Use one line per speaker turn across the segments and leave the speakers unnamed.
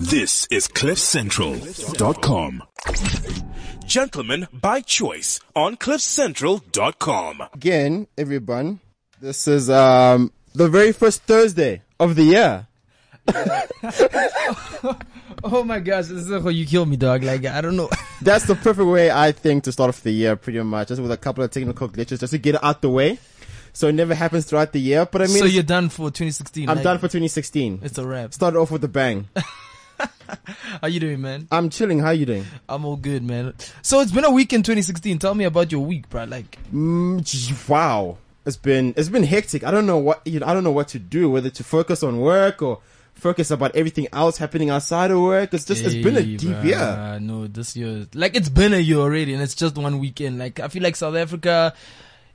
This is CliffCentral.com. Gentlemen by choice on CliffCentral.com.
Again, everyone, this is um, the very first Thursday of the year.
Oh my gosh, this is how you killed me, dog. Like I don't know.
That's the perfect way, I think, to start off the year, pretty much, just with a couple of technical glitches, just to get it out the way. So it never happens throughout the year, but I mean,
so you're done for 2016.
I'm
like,
done for 2016.
It's a wrap.
Started off with a bang.
How you doing, man?
I'm chilling. How you doing?
I'm all good, man. So it's been a week in 2016. Tell me about your week, bro. Like
Mm, gee, wow, it's been it's been hectic. I don't know what you know, I don't know what to do, whether to focus on work or focus about everything else happening outside of work. It's just it's been a
Hey,
deep
bruh,
year.
No, this year, like it's been a year already, and it's just one weekend. Like I feel like South Africa,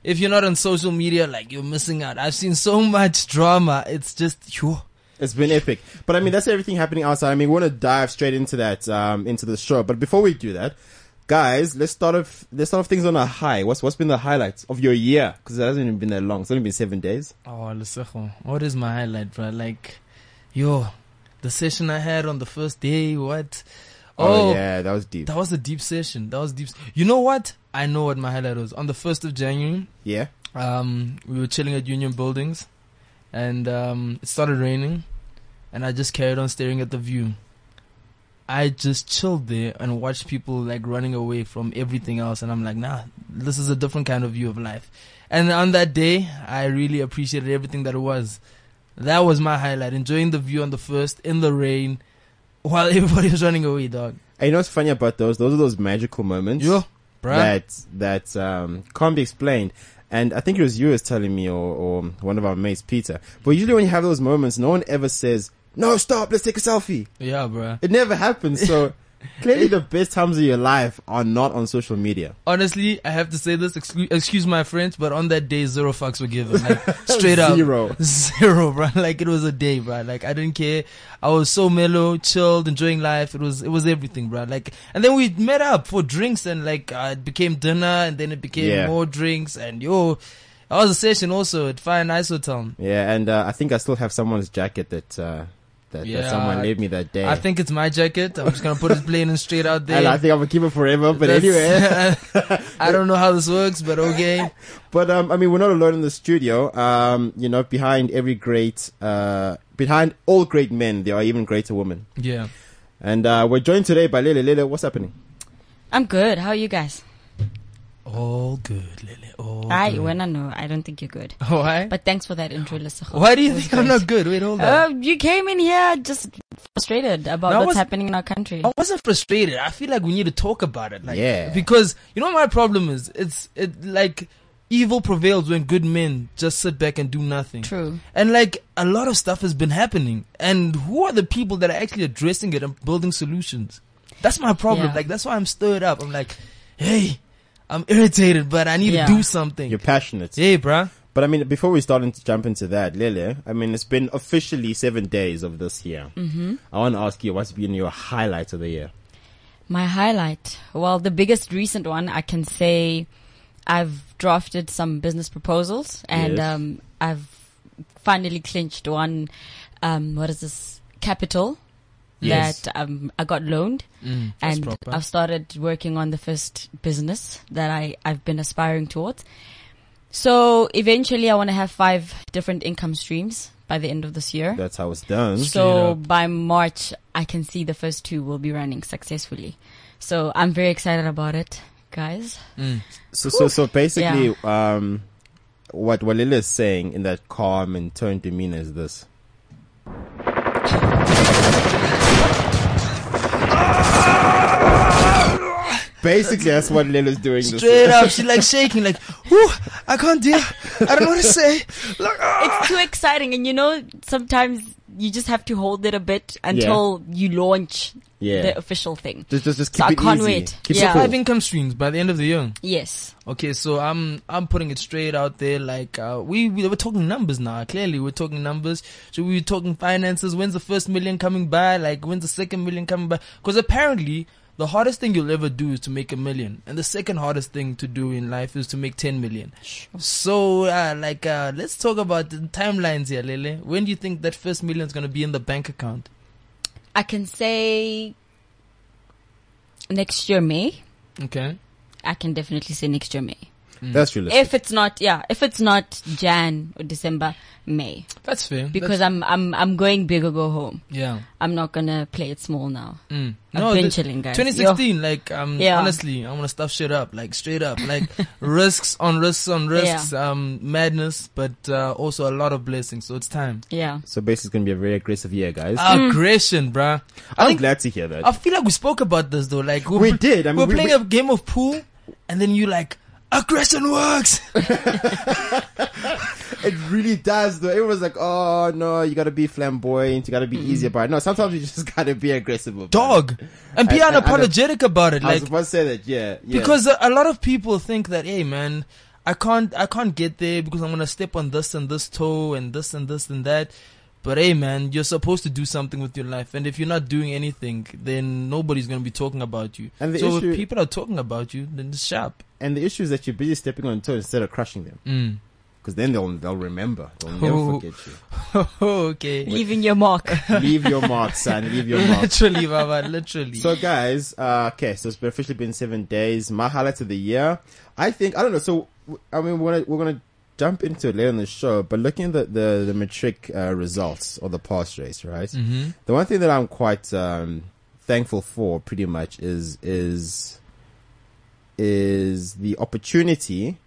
if you're not on social media, like you're missing out. I've seen so much drama. It's just yo.
It's been epic. But I mean, that's everything happening outside. I mean, we want to dive straight into that, um, into the show. But before we do that, guys, let's start off, let's start off things on a high. What's, what's been the highlights of your year? Cause it hasn't even been that long. It's only been seven days.
Oh, Lesego, what is my highlight, bro? Like, yo, the session I had on the first day. What? Oh,
yeah, that was deep.
that was a deep session. That was deep. You know what? I know what my highlight was. On the first of January,
Yeah.
um, we were chilling at Union Buildings, and um, it started raining, and I just carried on staring at the view. I just chilled there and watched people like running away from everything else, and I'm like, nah, this is a different kind of view of life. And on that day, I really appreciated everything that it was. That was my highlight: enjoying the view on the first in the rain, while everybody was running away, dog.
And you know what's funny about those? Those are those magical moments.
Yo, bruh.
That, that, um, can't be explained. And I think it was you was telling me or, or one of our mates, Peter. But usually when you have those moments, no one ever says, no, stop, let's take a selfie.
Yeah, bruh.
It never happens. So clearly, the best times of your life are not on social media.
Honestly, I have to say this. Excuse, excuse my French, but on that day, zero fucks were given. Like, straight up,
Zero.
zero, bro. Like it was a day, bro. Like I didn't care. I was so mellow, chilled, enjoying life. It was, it was everything, bro. Like, and then we met up for drinks, and like uh, it became dinner, and then it became
Yeah.
more drinks, and yo, that was a session also at Fire and Ice Hotel.
Yeah, and uh, I think I still have someone's jacket that uh, that, that
Yeah,
someone
I-
gave me that day.
I think it's my jacket. I'm just gonna put it plain and straight out there.
and I think I'm gonna keep it forever. But
That's-
anyway,
I don't know how this works, but okay.
but um, I mean, we're not alone in the studio. Um, you know, behind every great, uh, behind all great men, there are even greater women.
Yeah.
And uh, we're joined today by Lele. Lele, what's happening?
I'm good. How are you guys?
All good, Lily. All
I
good.
wanna know. I don't think you're good.
Why?
But thanks for that intro, Lesego.
Why do you
That was
think I'm
great.
not good? Wait, hold on.
Uh, you came in here just frustrated about
No, I
what's
was- Oh.
happening in our country.
I wasn't frustrated. I feel like we need to talk about it. Like,
Yeah.
Because you know my problem is it's it like evil prevails when good men just sit back and do nothing.
True.
And like a lot of stuff has been happening, and who are the people that are actually addressing it and building solutions? That's my problem.
Yeah.
Like that's why I'm stirred up. I'm like, hey, I'm irritated, but I need
Yeah.
to do something.
You're passionate.
Hey, bruh.
But I mean, before we start into jump into that, Lele, I mean, it's been officially seven days of this year. Mm-hmm. I want to ask you, what's been your highlight of the year?
My highlight. Well, the biggest recent one, I can say I've drafted some business proposals and
Yes.
um, I've finally clinched one. Um, what is this? Capital
Yes.
that um, I got loaned.
Mm, That's
and
proper.
I've started working on the first business that I, I've been aspiring towards. So eventually I want to have five different income streams by the end of this year.
That's how it's done.
So
Straight
by March, I can see the first two will be running successfully. So I'm very excited about it, guys.
Mm.
So, so, so basically, um, what Walila is saying in that calm and tone demeanor is this. Basically, that's what Lila's doing. This
Straight up, she like shaking, like, whew, I can't deal. I don't know what to say. Like, ah.
It's too exciting, and you know, sometimes you just have to hold it a bit until you launch
Yeah.
the official thing.
Just, just, just keep
So I
it
can't
easy.
wait.
Keep
Yeah.
it cool.
Five income streams by the end of the year.
Yes.
Okay, so I'm I'm putting it straight out there. Like uh, we, we we're talking numbers now. Clearly, we're talking numbers. So we were talking finances. When's the first million coming by? Like when's the second million coming by? Because apparently, the hardest thing you'll ever do is to make a million, and the second hardest thing to do in life is to make ten million. So uh, like uh, let's talk about the timelines here, Lele. When do you think that first million's gonna be in the bank account?
I can say next year May.
Okay.
I can definitely say next year May.
That's realistic.
If it's not, yeah, if it's not Jan or December, May,
That's fair.
because
That's-
I'm I'm I'm going big or go home.
yeah.
I'm not gonna play it small now.
Mm.
I've
No,
been
the-
chilling, guys.
2016, like, um,
Yeah.
honestly, I want to stuff shit up, like, straight up, like, risks on risks on risks, um, madness, but uh, also a lot of blessings. So it's time. Ah,
Yeah,
so basically, it's gonna be a very aggressive year,
Oh,
guys.
Aggression, bruh. I
I'm
think
glad to hear that.
I feel like we spoke about this though. Like
We
pl-
did. I mean,
we're
we-
playing
we-
a game of pool, and then you like aggression works.
It really does though. Everyone's like, oh no, you gotta be flamboyant, you gotta be easy about it. No, sometimes you just gotta be aggressive about it.
Mm-hmm. Dog, and be
I- I- I don't-
unapologetic about it.
I was
Like
supposed to say that, yeah. yeah.
because a, a lot of people think that, hey man, I can't, I can't get there because I'm gonna step on this and this toe and this and this and that. But hey man, you're supposed to do something with your life, and if you're not doing anything, then nobody's gonna be talking about you.
And the
so
issue-
if people are talking about you, then it's sharp.
and the issue is that you're busy stepping on toes instead of crushing them,
Mm.
because then they'll they'll remember, they'll never
Oh.
forget you.
okay.
leaving your mark.
Leave your mark, son. Leave your mark.
literally, Baba, literally.
So guys, uh, okay, so it's been officially been seven days. My highlight of the year, I think, I don't know. So, w- I mean, we're gonna, we're gonna jump into it later in the show, but looking at the the, the matric uh, results or the pass race, right?
Mm.
Mm-hmm. The one thing that I'm quite um, thankful for, pretty much, is is is the opportunity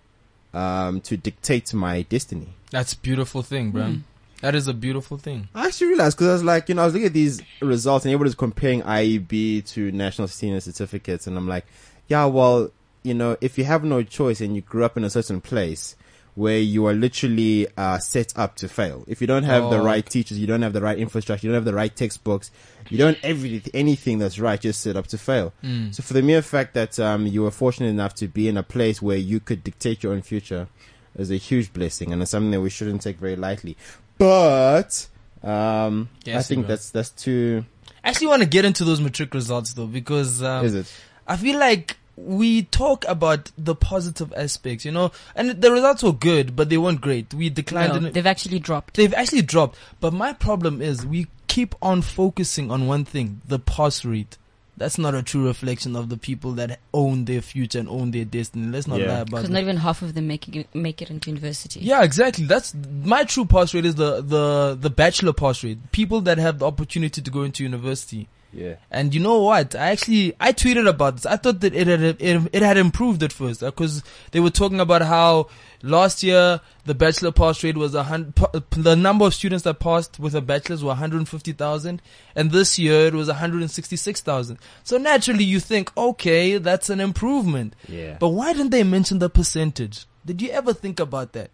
um, to dictate my destiny.
That's a beautiful thing, bro.
Hmm.
That is a beautiful thing.
I actually realized because I was like, you know, I was looking at these results and everybody's comparing IEB to national senior certificates, and I'm like, yeah, well, you know, if you have no choice and you grew up in a certain place where you are literally uh, set up to fail, if you don't have the
Oh.
right teachers, you don't have the right infrastructure, you don't have the right textbooks, you don't every anything that's right, you're set up to fail.
Mm.
So for the mere fact that um, you were fortunate enough to be in a place where you could dictate your own future is a huge blessing, and it's something that we shouldn't take very lightly. But um, I
Yes,
think
Ibrahim.
that's that's too.
I actually want to get into those matric results though, because um,
is it?
I feel like we talk about the positive aspects, you know, and the results were good, but they weren't great. We declined.
No,
in-
they've actually dropped.
They've actually dropped. But my problem is we keep on focusing on one thing, the pass rate. That's not a true reflection of the people that own their future and own their destiny. Let's not
Yeah.
lie about
Because
it.
not even half of them make it, make it into university.
Yeah, exactly. That's my true pass rate is the the the bachelor pass rate. People that have the opportunity to go into university.
Yeah.
And you know what? I actually I tweeted about this. I thought that it had it, it had improved at first because they were talking about how last year the bachelor pass rate was a hundred. The number of students that passed with a bachelor's were 150,000, and this year it was 166,000. So naturally, you think, okay, that's an improvement.
Yeah.
But why didn't they mention the percentage? Did you ever think about that?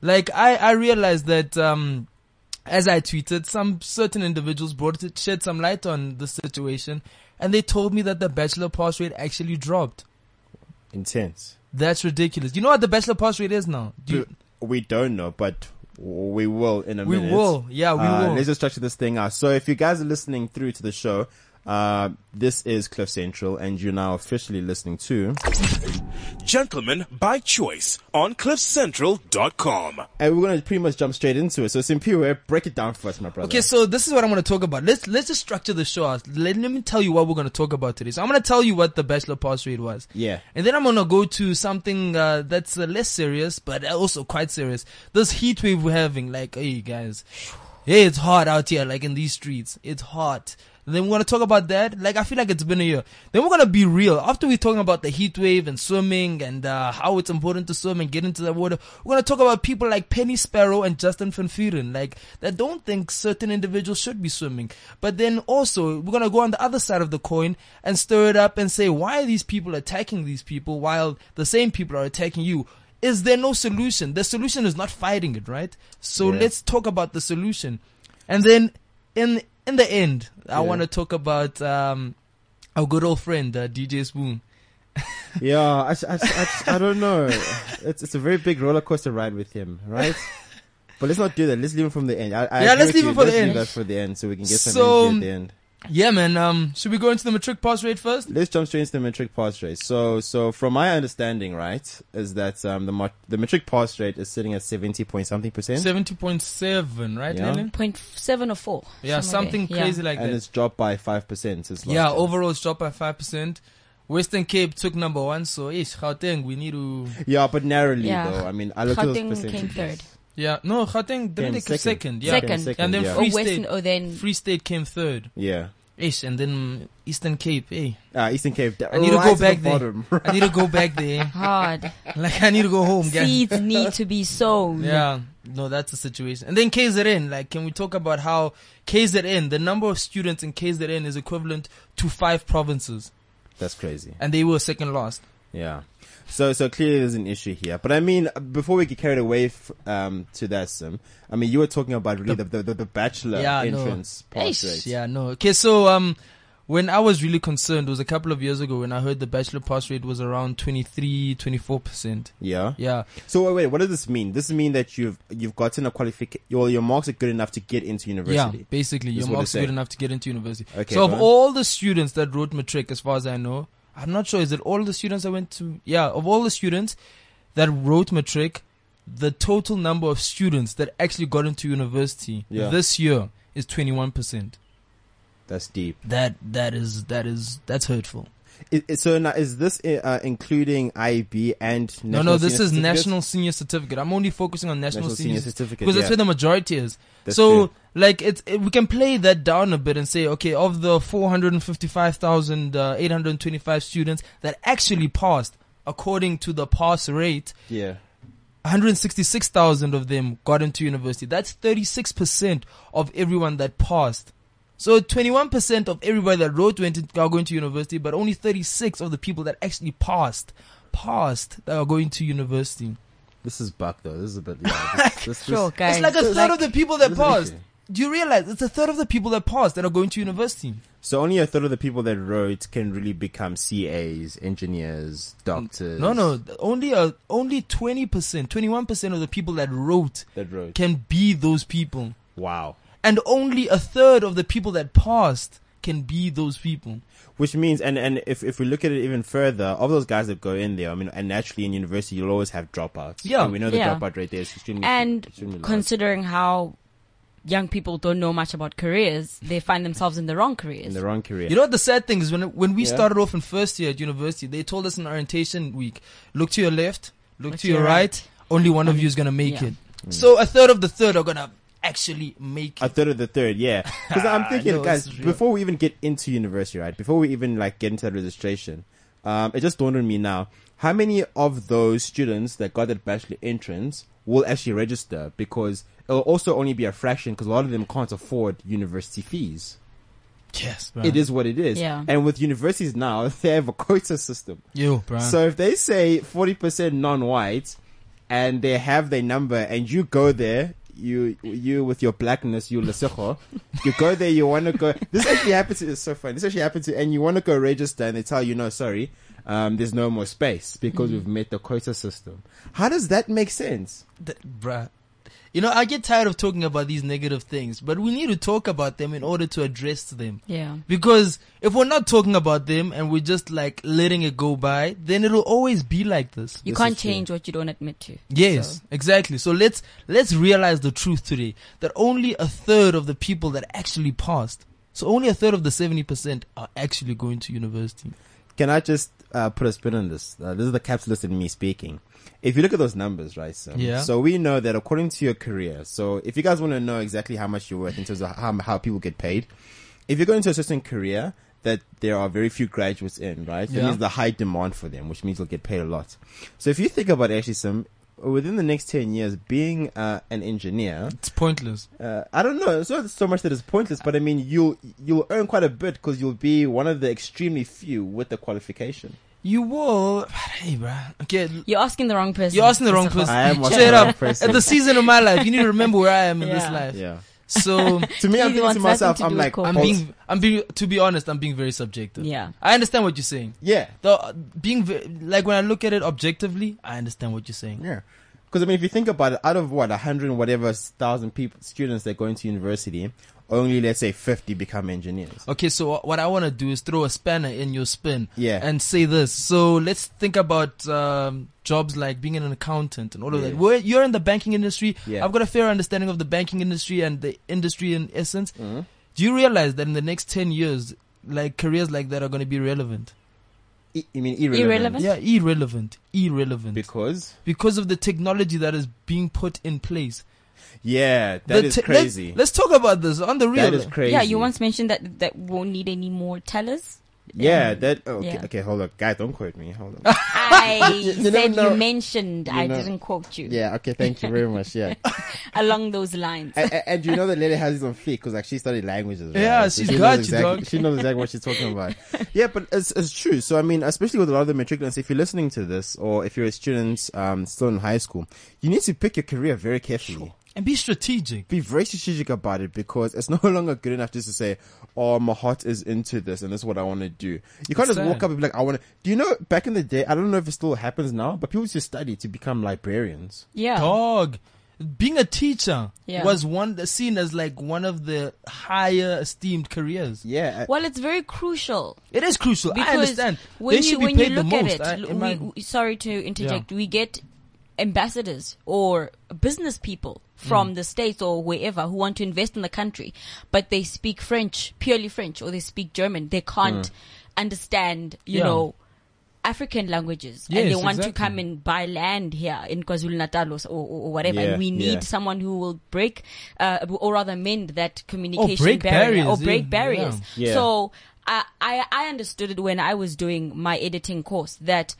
Like I, I realized that um, as I tweeted, some certain individuals brought it, shed some light on the situation, and they told me that the bachelor pass rate actually dropped.
Intense.
That's ridiculous. You know what the bachelor pass rate is now? Do you-
we don't know, but we will in a
we
minute.
will, yeah, we
Uh,
will.
Let's just structure this thing out. So, if you guys are listening through to the show, uh, this is Cliff Central, and you're now officially listening to.
Gentlemen by Choice on CliffCentral.com.
And we're gonna pretty much jump straight into it. So, Simpiwe, break it down for us, my brother.
Okay, so this is what I'm going to talk about. Let's let's just structure the show out. Let, let me tell you what we're going to talk about today. So I'm going to tell you what the bachelor pass rate was.
Yeah.
And then I'm going to go to something uh, that's uh, less serious, but also quite serious. This heat wave we're having, like, hey guys, hey, it's hot out here, like in these streets. It's hot. And then we're going to talk about that. Like, I feel like it's been a year. Then we're going to be real. After we're talking about the heat wave and swimming and uh, how it's important to swim and get into the water, uh, we're going to talk about people like Penny Sparrow and Justin Van Furen, like, that don't think certain individuals should be swimming. But then also, we're going to go on the other side of the coin and stir it up and say, why are these people attacking these people while the same people are attacking you? Is there no solution? The solution is not fighting it, right? So
Yeah.
let's talk about the solution. And then in in the end, I
Yeah.
want to talk about um, our good old friend uh, DJ Spoon.
Yeah, I, I, I, I don't know. It's it's a very big roller coaster ride with him, right? But let's not do that. Let's leave him from the end. I, I
Yeah,
agree
let's
with
leave
you.
him for the
Let's
end.
Leave that for the end, so we can get some
So,
energy at the end.
Yeah, man. Um, should we go into the matric pass rate first?
Let's jump straight into the metric pass rate. So, so from my understanding, right, is that um, the mo- the metric pass rate is sitting at seventy point something percent,
Seventy point seven, right,
Yeah.
Leland?
Point seven or four.
Yeah,
somewhere
something
there. Yeah.
crazy like
and
that.
it's dropped by five percent since last.
Yeah,
year.
overall it's dropped by five percent. Western Cape took number one, so ish, Gauteng, we need to.
Yeah, but narrowly
Yeah.
though. I mean, I looked at those
Gauteng came
percentages.
third.
Yeah, no, Gauteng
Came
didn't take second. second. Yeah,
Second.
Came
And then
yeah.
Or
Free
Oh, Western,
State.
or then
Free State came third.
yeah.
Ish, and then Eastern Cape. Hey,
Uh, Eastern Cape.
I need to
right
go
the
back there.
bottom.
I need to go back there.
hard.
Like I need to go home, guys.
Seeds need to be sown.
Yeah, no, that's the situation. And then KZN, like, can we talk about how KZN, the number of students in KZN is equivalent to five provinces,
That's crazy.
and they were second last.
Yeah. So so clearly there's an issue here, but I mean before we get carried away f- um, to that sim, I mean you were talking about really the the, the, the bachelor
Yeah, no.
entrance pass
Eish,
rate.
Yeah, no. Okay, so um, when I was really concerned was a couple of years ago when I heard the bachelor pass rate was around 23, 24 percent.
Yeah.
Yeah,
So wait, wait, what does this mean? This mean that you've you've gotten a qualification. Well, your marks are good enough to get into
yeah.
university.
Basically,
Is
your
what
marks
they
are good
say.
enough to get into university.
Okay,
so of
go on.
all the students that wrote matric, as far as I know, I'm not sure. Is it all the students I went to? Yeah, of all the students that wrote matric, the total number of students that actually got into university
Yeah.
this year is 21 percent.
That's deep.
That that is that is that's hurtful.
I I- so now is this uh, including IB and
No,
national
no, this
senior
is
certificates?
national senior certificate. I'm only focusing on national,
national senior
senior certificate
certificate
because that's
yeah.
where the majority is.
That's
so,
true.
like, it's it, we can play that down a bit and say, okay, of the uh, 455,825 students that actually passed, according to the pass rate,
yeah.
166,000 of them got into university. That's 36% of everyone that passed. So 21% of everybody that wrote went in, are going to university, but only 36 of the people that actually passed, passed that are going to university.
This is buck though. This is a bit. Yeah, this, this, this,
Sure, guys.
It's like a third of the people that
this is an
passed.
issue.
Do you realize it's a third of the people that passed that are going to university?
So only a third of the people that wrote can really become CAs, engineers, doctors.
No, no, th- only uh, only twenty percent, twenty one percent of the people that wrote
that wrote.
can be those people,
wow.
and only a third of the people that passed can be those people.
Which means, and and if if we look at it even further, of those guys that go in there, I mean, and naturally in university you'll always have dropouts.
Yeah.
and we know the
Yeah.
dropout rate there is extremely
And
extremely large.
Considering how young people don't know much about careers, they find themselves in the wrong
in
careers.
the wrong career.
You know what the sad thing is when when we
Yeah.
started off in first year at university, they told us in orientation week, look to your left, look, to your right. only one of you is gonna make
Yeah.
it. So a third of the third are gonna actually make
a
it.
third of the third, yeah. Because I'm thinking,
No,
guys,
this is real.
before we even get into university, right? Before we even like get into that registration, um, it just dawned on me now. How many of those students that got that bachelor entrance will actually register? Because it'll also only be a fraction, because a lot of them can't afford university fees.
Yes, bro.
It is what it is.
Yeah.
And with universities now, they have a quota system.
Yo, bro.
So if they say 40% non-white and they have their number and you go there, you, you with your blackness, you Lesego, you go there, you want to go, this actually happened to, it's so funny. This actually happened to, and you want to go register and they tell you, no, sorry, um, there's no more space because we've met the quota system. How does that make sense?
Th- bruh. You know, I get tired of talking about these negative things, but we need to talk about them in order to address them.
Yeah.
Because if we're not talking about them and we're just like letting it go by, then it'll always be like this.
You
This
can't
is true.
change what you don't admit to.
Yes,
So-
exactly. So let's let's realize the truth today that only a third of the people that actually passed, so only a third of the seventy percent are actually going to university.
Can I just uh, put a spin on this? Uh, this is the capitalist in me speaking. If you look at those numbers, right? So,
Yeah.
so we know that according to your career. So if you guys want to know exactly how much you're worth in terms of how, how people get paid, if you go into a certain career that there are very few graduates in, right? That
Yeah.
means the high demand for them, which means you'll get paid a lot. So if you think about actually some within the next 10 years being uh, an engineer
It's pointless.
uh, i don't know it's not so much that it's pointless but i mean you'll you'll earn quite a bit because you'll be one of the extremely few with the qualification
You will, hey, bruh. Okay,
You're asking the wrong person.
You're asking the wrong
Mr. Fox.
person.
I am watching
Straight
the wrong
up.
person.
At the season of my life, you need to remember where I am in this
Yeah.
life.
Yeah.
So
To me, I'm thinking
He
to
wants nothing
myself,
to do
I'm
with
like,
corporate.
I'm
oh,
being, I'm being, to be honest, I'm being very subjective.
Yeah.
I understand what you're saying.
yeah,
Though uh, being ve- like when I look at it objectively, I understand what you're saying.
yeah. Because I mean, if you think about it, out of what a hundred and whatever thousand people students that go into university, only let's say 50 become engineers.
Okay, so wh- what I want to do is throw a spanner in your spin.
Yeah.
And say this. So let's think about um, jobs like being an accountant and all of
Yeah.
that. Where you're in the banking industry.
Yeah.
I've got a fair understanding of the banking industry and the industry in essence.
Mm-hmm.
Do you realize that in the next 10 years, like careers like that are going to be relevant?
I, I mean irrelevant.
Irrelevant?
Yeah, irrelevant. Irrelevant.
because
because of the technology that is being put in place.
yeah, that
That
is
is
crazy.
Let's, talk about this on the real.
that is crazy.
Yeah, you once mentioned that that won't need any more tellers.
Yeah, that okay,
Yeah.
okay, hold up. Guys, don't quote me. Hold on.
I
You- you never
said
know.
you mentioned.
You
I
know.
didn't quote you.
yeah, okay, thank you very much. Yeah.
Along those lines.
and, and- and you know that lady has this on fleek because like she studied languages. Right?
Yeah,
So
she's
she knows
got you,
exactly,
dog.
She knows exactly what she's talking about. Yeah, but it's, it's true. So I mean, especially with a lot of the matriculants, if you're listening to this or if you're a student um, still in high school, you need to pick your career very carefully.
and be strategic.
Be very strategic about it because it's no longer good enough just to say, "Oh, my heart is into this and this is what I want to do." You can't
It's
just walk
sad.
up and be like, "I want to." Do you know back in the day? I don't know if it still happens now, but people used to study to become librarians.
Yeah.
Dog. Being a teacher
Yeah.
was one seen as like one of the higher esteemed careers.
Yeah,
Well, it's very crucial
It is crucial.
because
I understand.
when
they
you
should
when
be paid
you look
the most.
at it,
I-
l-
in
we,
my-
we- sorry to interject. We get ambassadors or business people
Mm.
from the states or wherever who want to invest in the country, but they speak French, purely French, or they speak German. They can't understand, you
Mm. Yeah.
know. African languages, and they
Yes,
want to
exactly.
come and buy land here in KwaZulu Natal or, s- or, or whatever.
Yeah,
and we need
yeah.
someone who will break, uh, or rather mend that communication
break
barrier or
barriers,
break
yeah,
barriers.
yeah. Yeah.
So I, I I understood it when I was doing my editing course that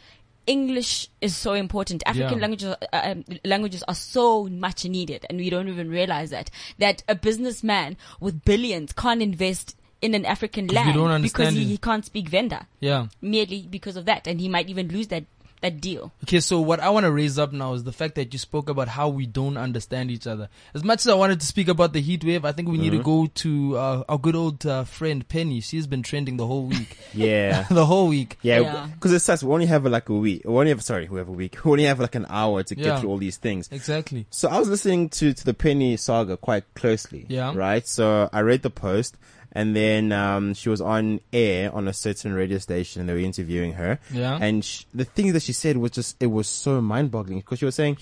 English is so important. African
Yeah.
languages uh, um, languages are so much needed, and we don't even realize that that a businessman with billions can't invest in an African
we
land
don't
because
understand
he,
it.
he can't speak Venda
yeah.
merely because of that, and he might even lose that that deal.
Okay, so what I want to raise up now is the fact that you spoke about how we don't understand each other. As much as I wanted to speak about the heat wave, I think we need to go to uh, our good old uh, friend Penny. She's been trending the whole week.
yeah.
the whole week.
Yeah,
Yeah.
because it sucks. We only have like a week. We only have sorry, we have a week. We only have like an hour to get
Yeah.
through all these things.
Exactly.
So I was listening to to the Penny saga quite closely.
Yeah.
Right. So I read the post, and then um, she was on air on a certain radio station, and they were interviewing her.
Yeah.
And sh- the things that she said was just it was so mind boggling because she was saying,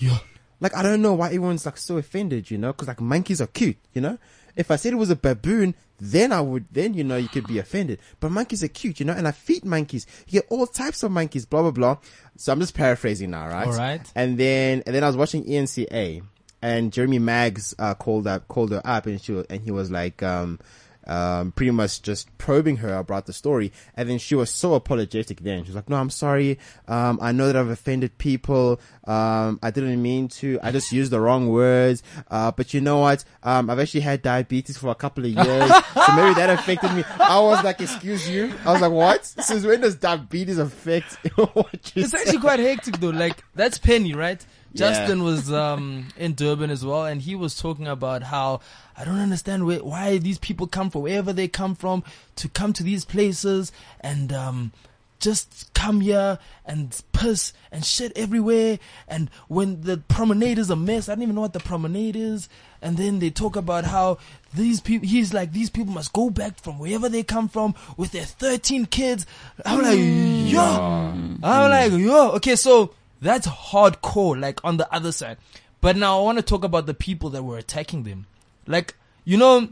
like I don't know why everyone's like so offended, you know, because like monkeys are cute, you know. If I said it was a baboon, then I would, then you know, you could be offended. But monkeys are cute, you know, and I feed monkeys. You get all types of monkeys, blah blah blah. So I'm just paraphrasing now, right?
All right.
And then and then I was watching E ENCA, and Jeremy Maggs uh, called up called her up, and she wa- and he was like, um, um, pretty much just probing her about the story. And then she was so apologetic. Then she was like, "No, I'm sorry. Um, I know that I've offended people. Um, I didn't mean to. I just used the wrong words. Uh, but you know what? Um, I've actually had diabetes for a couple of years, so maybe that affected me. I was like, "Excuse you? I was like, what? Since when does diabetes affect what you
It's
say?
actually quite hectic though. Like that's Penny, right?
Yeah.
Justin was um, in Durban as well, and he was talking about how I don't understand where, why these people come from, wherever they come from, to come to these places and um, just come here and piss and shit everywhere. And when the promenade is a mess, I don't even know what the promenade is. And then they talk about how these people, he's like, these people must go back from wherever they come from with their 13 kids. I'm like, yo. I'm like, yo, okay, so that's hardcore, like on the other side. But now I want to talk about the people that were attacking them. Like, you know,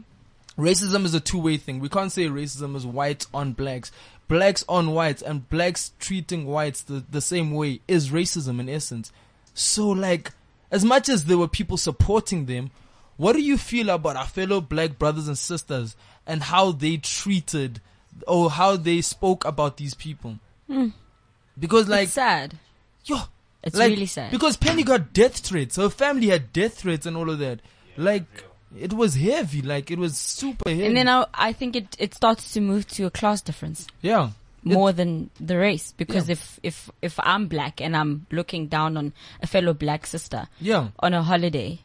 racism is a two way thing. We can't say racism is whites on blacks. Blacks on whites and blacks treating whites the, the same way is racism in essence. So like, as much as there were people supporting them, what do you feel about our fellow black brothers and sisters and how they treated or how they spoke about these people? Because like,
it's sad.
yo,
It's
like,
really sad.
Because Penny got death threats. Her family had death threats and all of that. like, it was heavy. Like, it was super heavy.
and then uh, I, I think it, it starts to move to a class difference.
yeah.
more than the race because if if if I'm black and I'm looking down on a fellow black sister
Yeah.
on a holiday,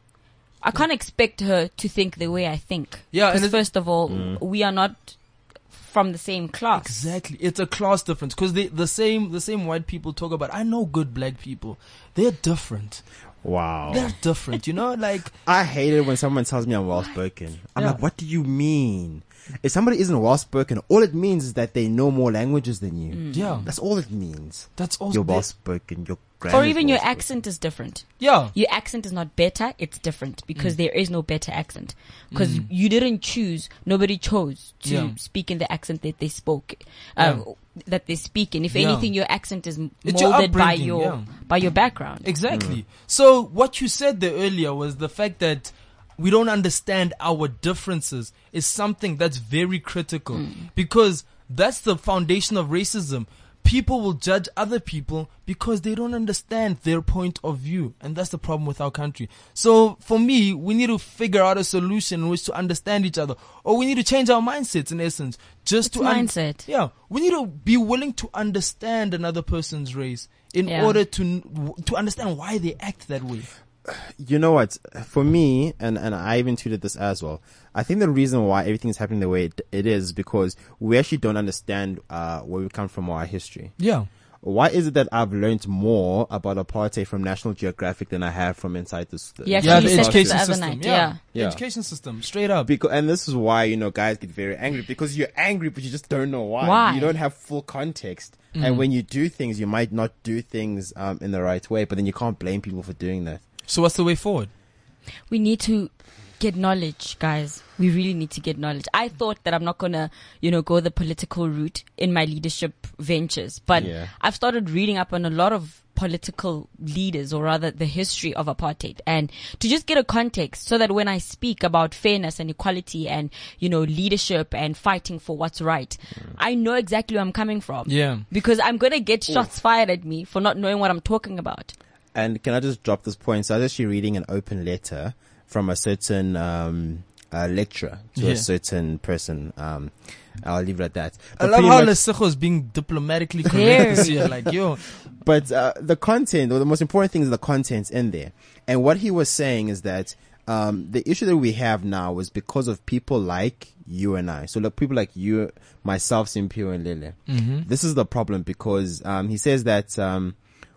I can't expect her to think the way I think.
Mm. Yeah, and
because
it's-
first of all, we are not from the same class.
Exactly. It's a class difference because the same the same white people talk about. I know good black people. They're different.
Wow.
They're different, you know. Like
I hate it when someone tells me I'm well spoken. I'm
Yeah.
like, what do you mean? If somebody isn't well spoken, all it means is that they know more languages than you.
Mm. Hmm.
yeah,
That's all it means.
that's also
You're
they-
well spoken, your
or even your accent is different.
Yeah,
Your accent is not better, it's different
Mm.
because there is no better accent. Because you didn't choose, nobody chose to
Yeah.
speak in the accent that they spoke, uh, that they speak in. If
Yeah.
anything, your accent is m-
It's your
molded by
upbringing,
your,
yeah.
by your background.
Exactly.
Hmm.
So what you said there earlier was the fact that we don't understand our differences is something that's very critical
Hmm.
because that's the foundation of racism. People will judge other people because they don't understand their point of view, and that's the problem with our country. So, for me, we need to figure out a solution in which to understand each other, or we need to change our mindsets. In essence, just
It's
to un-
mindset.
yeah, we need to be willing to understand another person's race in
Yeah.
order to to understand why they act that way.
you know what? For me, and, and I even tweeted this as well. I think the reason why everything is happening the way it, it is because we actually don't understand uh, where we come from or our history.
Yeah,
Why is it that I've learned more about apartheid from National Geographic than I have from inside this?
You
yeah, the
actually said this
education
the other
system.
night,
Yeah.
yeah.
The
Yeah.
education system, straight up.
Because, and this is why you know guys get very angry because you're angry but you just don't know why.
Why?
You don't have full context,
Mm.
and when you do things, you might not do things um, in the right way, but then you can't blame people for doing that.
So what's the way forward?
We need to get knowledge, guys. We really need to get knowledge. I thought that I'm not gonna, you know, go the political route in my leadership ventures, but
Yeah.
I've started reading up on a lot of political leaders or rather the history of apartheid and to just get a context so that when I speak about fairness and equality and, you know, leadership and fighting for what's right,
Mm.
I know exactly where I'm coming from.
Yeah.
Because I'm gonna get shots fired at me for not knowing what I'm talking about.
And can I just drop this point? So I was actually reading an open letter from a certain um, uh, lecturer to
Yeah.
a certain person. Um, I'll leave it at that.
I
But
love
pretty
how
much-
Lesego is being diplomatically correct this year. Like, yo,
but uh, the content, or the most important thing is the contents in there. And what he was saying is that um, the issue that we have now is because of people like you and I. So like people like you, myself, Simpio and Lele.
Mm-hmm.
This is the problem because um, he says that um,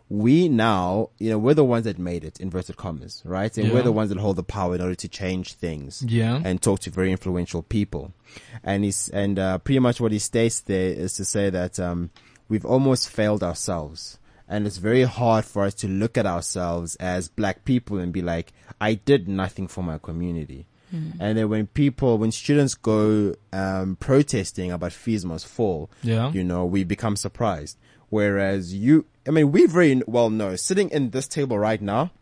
we now, you know, we're the ones that made it, inverted commas, right? And
Yeah.
we're the ones that hold the power in order to change things
Yeah.
and talk to very influential people. And he's, and, uh, pretty much what he states there is to say that, um, we've almost failed ourselves. And it's very hard for us to look at ourselves as black people and be like, I did nothing for my community.
Mm-hmm.
And then when people, when students go, um, protesting about fees must fall,
Yeah.
you know, we become surprised. Whereas you, I mean, we very well know sitting in this table right now,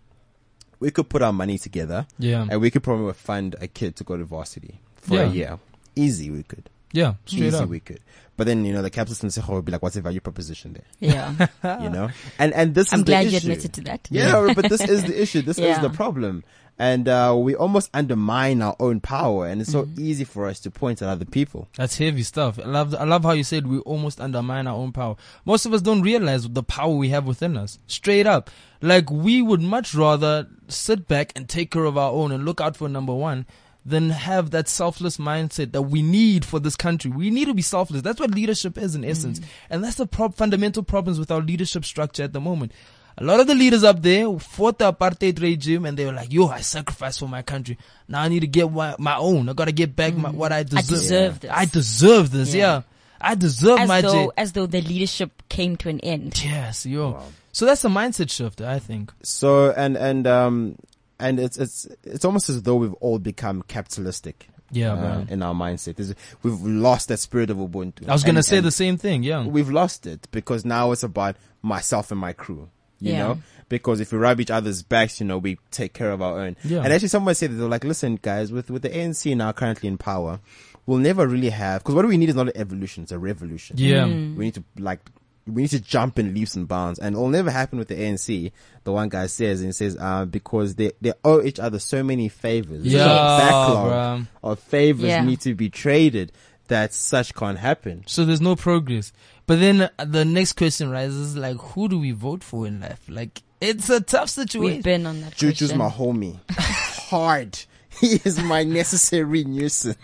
we could put our money together.
Yeah.
And we could probably fund a kid to go to varsity for
Yeah.
a year. Easy, we could.
yeah, straight
Easy,
up.
we could. But then, you know, the capitalist in Sekho would be like, what's the value proposition there?
Yeah.
You know? And, and this
I'm
is the
glad you
issue.
admitted to that.
Yeah, but this is the issue. This is
Yeah.
the problem. And, uh, we almost undermine our own power. And it's so
Mm-hmm.
easy for us to point at other people.
That's heavy stuff. I love, I love how you said we almost undermine our own power. Most of us don't realize the power we have within us. Straight up. Like, we would much rather sit back and take care of our own and look out for number one than have that selfless mindset that we need for this country. We need to be selfless. That's what leadership is in essence. And that's the prob- fundamental problems with our leadership structure at the moment. A lot of the leaders up there fought the apartheid regime and they were like, yo, I sacrificed for my country. Now I need to get wha- my own. I gotta get back my, what I deserve.
deserve this.
I deserve this. Yeah.
Yeah.
I deserve
as
my
though
jet.
as though the leadership came to an end.
Yes, yo. So that's a mindset shift, I think.
So, and, and, um, and it's, it's, it's almost as though we've all become capitalistic.
Yeah,
uh,
man.
in our mindset, There's- we've lost that spirit of Ubuntu.
I was gonna
And-
say
and-
the same thing. Yeah.
we've lost it because now it's about myself and my crew. You
Yeah.
know, because if we rub each other's backs, you know, we take care of our own.
Yeah.
And actually, someone said that they're like, listen, guys, with with the ANC now currently in power, we'll never really have because what we need is not an evolution; it's a revolution.
Yeah.
We need to like. We need to jump in leaps and bounds, and it'll never happen with the ANC. The one guy says, and he says, uh, because they, they owe each other so many favors. There's a
Yeah,
backlog
bruh.
of favors
Yeah.
need to be traded that such can't happen.
So there's no progress. But then uh, the next question rises: like, who do we vote for in life? Like, it's a tough situation.
We've been on that
Juju's
question.
my homie. Hard. He is my necessary nuisance.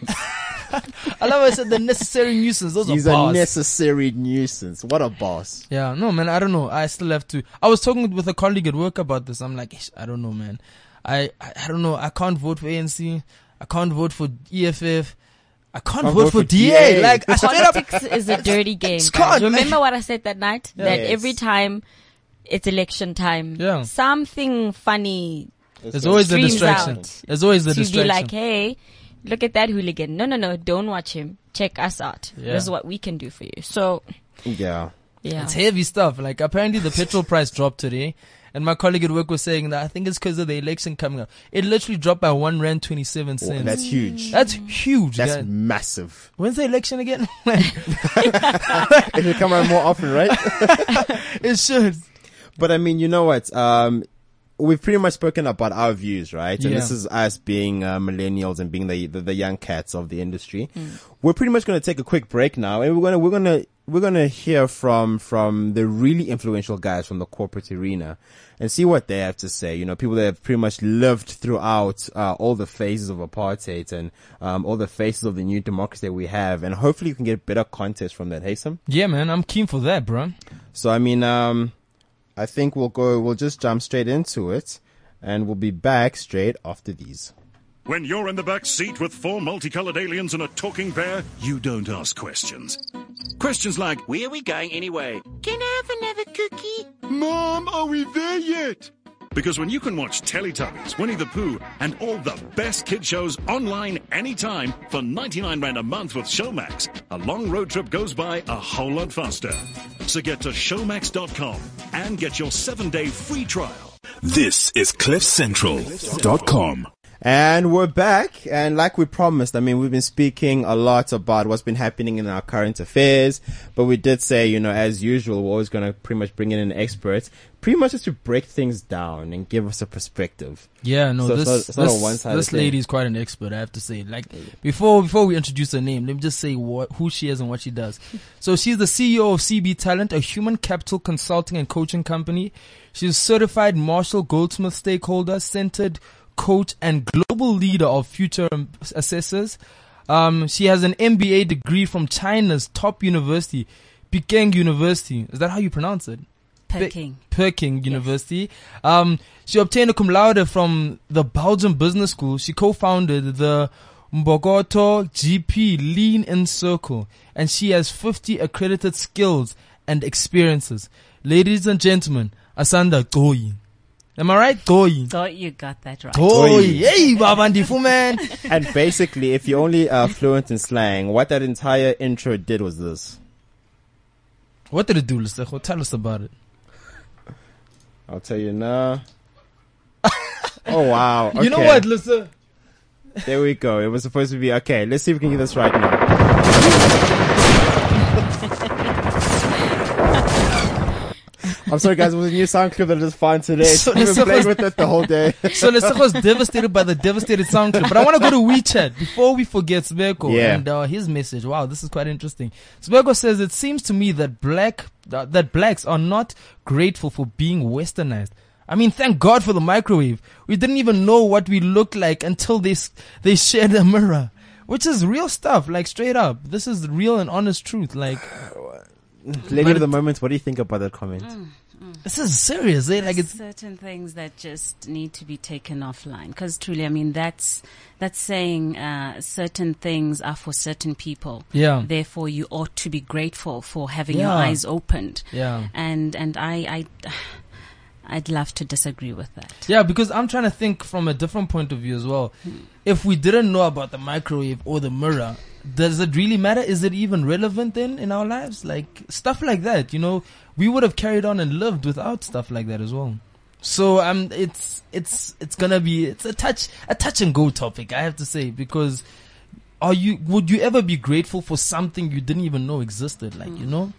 I love how I said the necessary nuisance. Those
He's
are
a
bars.
necessary nuisance. What a boss.
yeah, no, man, I don't know. I still have to. I was talking with a colleague at work about this. I'm like, "Ish, I don't know, man. I, I, I don't know. I can't vote for ANC. I can't vote for EFF. I can't, vote, for, DA.
DA.
Like, I straight up.
Politics is a dirty game.
it's
guys.
con-
Remember what I said that night?
Yeah.
That
Yes.
every time it's election time,
Yeah.
something funny
There's always a
Streams
distraction.
out.
There's always a
to be
distraction.
like, hey, look at that hooligan. No, no, no, don't watch him. Check us out.
Yeah.
This is what we can do for you. So,
Yeah.
yeah.
It's heavy stuff. Like apparently the petrol price dropped today, and my colleague at work was saying that I think it's because of the election coming up. It literally dropped by one rand twenty seven
Oh,
cents.
that's huge.
That's huge.
That's
guys.
massive.
When's the election again? Like,
It should come around more often, right?
it should.
But I mean, you know what? Um, we've pretty much spoken about our views, right? And
Yeah.
this is us being uh, millennials and being the, the the young cats of the industry. We're pretty much going to take a quick break now, and we're gonna we're gonna we're gonna hear from from the really influential guys from the corporate arena, and see what they have to say. You know, people that have pretty much lived throughout uh, all the phases of apartheid and um, all the phases of the new democracy that we have, and hopefully you can get better context from that. Hey, Sam.
Yeah, man, I'm keen for that, bro.
So I mean, um, I think we'll go. We'll just jump straight into it, and we'll be back straight after these.
When you're in the back seat with four multicolored aliens and a talking bear, you don't ask questions. Questions like,
Where are we going anyway?
Can I have another cookie?
Mom, are we there yet? Because when you can watch Teletubbies, Winnie the Pooh, and all the best kid shows online anytime for 99 Rand a month with Showmax, a long road trip goes by a whole lot faster. So get to showmax.com and get your seven day free trial.
This is CliffCentral.com.
And we're back, and like we promised, I mean, we've been speaking a lot about what's been happening in our current affairs, but we did say, you know, as usual, we're always going to pretty much bring in an expert, pretty much just to break things down and give us a perspective.
Yeah, no,
So it's
this
not- it's not a
this,
one-sided
this
thing.
lady is quite an expert, I have to say. Like before before we introduce her name, let me just say what who she is and what she does. So she's the CEO of CB Talent, a human capital consulting and coaching company. She's certified Marshall Goldsmith stakeholder centered coach and global leader of future um, assessors. Um, she has an MBA degree from China's top university, Peking University. Is that how you pronounce it?
Peking.
Peking University. Um, she obtained a cum laude from the Belgium Business School. She co-founded the Mbogoto GP Lean In Circle, and she has 50 accredited skills and experiences. Ladies and gentlemen, Asanda Goyi. Am I right? Goyi.
Thought you got that right.
Goyi. Hey, Baba Ndifu, man.
and basically, if you're only uh, fluent in slang, what that entire intro did was this.
What did it do, Lesego? Tell us about it.
I'll tell you now. Oh wow!
You know
Okay.
what, Lisa?
There we go. It was supposed to be okay. Let's see if we can get this right now. I'm sorry, guys. It was a new sound clip that I just found today.
So-
I've been
so-
playing with it the whole day.
So Lesego is devastated by the devastated sound clip. But I want to go to WeChat before we forget Sbeko
Yeah.
and uh, his message. Wow, this is quite interesting. Sbeko says it seems to me that black uh, that blacks are not grateful for being westernized. I mean, thank God for the microwave. We didn't even know what we looked like until they s- they shared a mirror. Which is real stuff, like straight up. This is real and honest truth. Like
Lady of the moment, what do you think about that comment?
Mm. this is serious. Eh? Like it's
certain things that just need to be taken offline because truly i mean that's that's saying uh, certain things are for certain people
Yeah.
therefore you ought to be grateful for having your
Yeah.
eyes opened
Yeah.
and and i i i'd love to disagree with that
Yeah, because I'm trying to think from a different point of view as well. If we didn't know about the microwave or the mirror, does it really matter? Is it even relevant then in our lives? Like stuff like that, you know, we would have carried on and lived without stuff like that as well. So um, it's it's it's gonna be it's a touch a touch and go topic, I have to say, because are you would you ever be grateful for something you didn't even know existed? Like you know,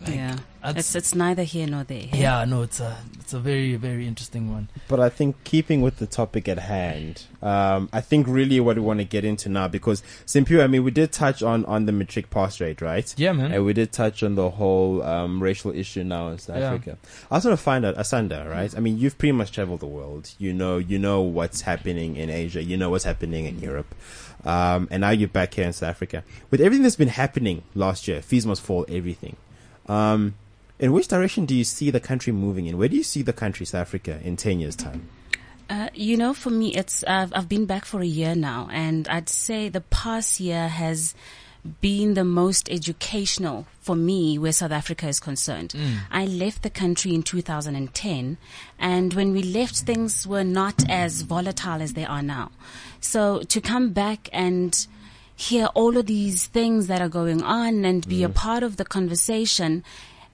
Like,
yeah.
that's-
It's it's neither here nor there.
yeah, no, it's a it's a very very interesting one.
But I think keeping with the topic at hand, um, I think really what we want to get into now because Simpio, I mean, we did touch on on the metric pass rate, right?
Yeah, man.
And we did touch on the whole um, racial issue now in South
Yeah.
Africa. I also want to find out, Asanda, right? I mean, you've pretty much traveled the world. You know, you know what's happening in Asia. You know what's happening in Europe. Um, and now you're back here in South Africa. With everything that's been happening last year, fees must fall, everything. Um, in which direction do you see the country moving in? Where do you see the country, South Africa, in 10 years' time?
Uh, you know, for me, it's I've I've been back for a year now, and I'd say the past year has been the most educational for me where South Africa is concerned. I left the country in 2010, and when we left, things were not as volatile as they are now. So to come back and hear all of these things that are going on and be a part of the conversation.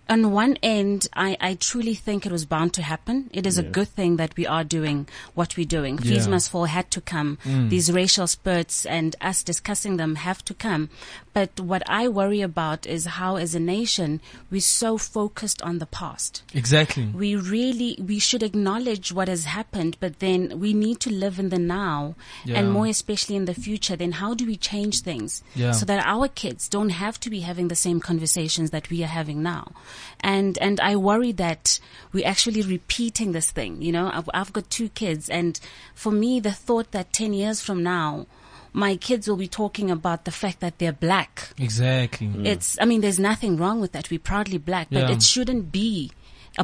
On one end, I, I truly think it was bound to happen. It is a good thing that we are doing what we're doing. Fees
Yeah.
must fall had to come. These racial spurts and us discussing them have to come. But what I worry about is how, as a nation, we're so focused on the past
Exactly.
we really we should acknowledge what has happened but then we need to live in the now and
Yeah.
more especially in the future then how do we change things
Yeah.
so that our kids don't have to be having the same conversations that we are having now and and i worry that we're actually repeating this thing you know i've, I've got two kids and for me the thought that 10 years from now my kids will be talking about the fact that they're black
Exactly.
it's, I mean, there's nothing wrong with that. We're proudly black, but
Hmm. Yeah.
it shouldn't be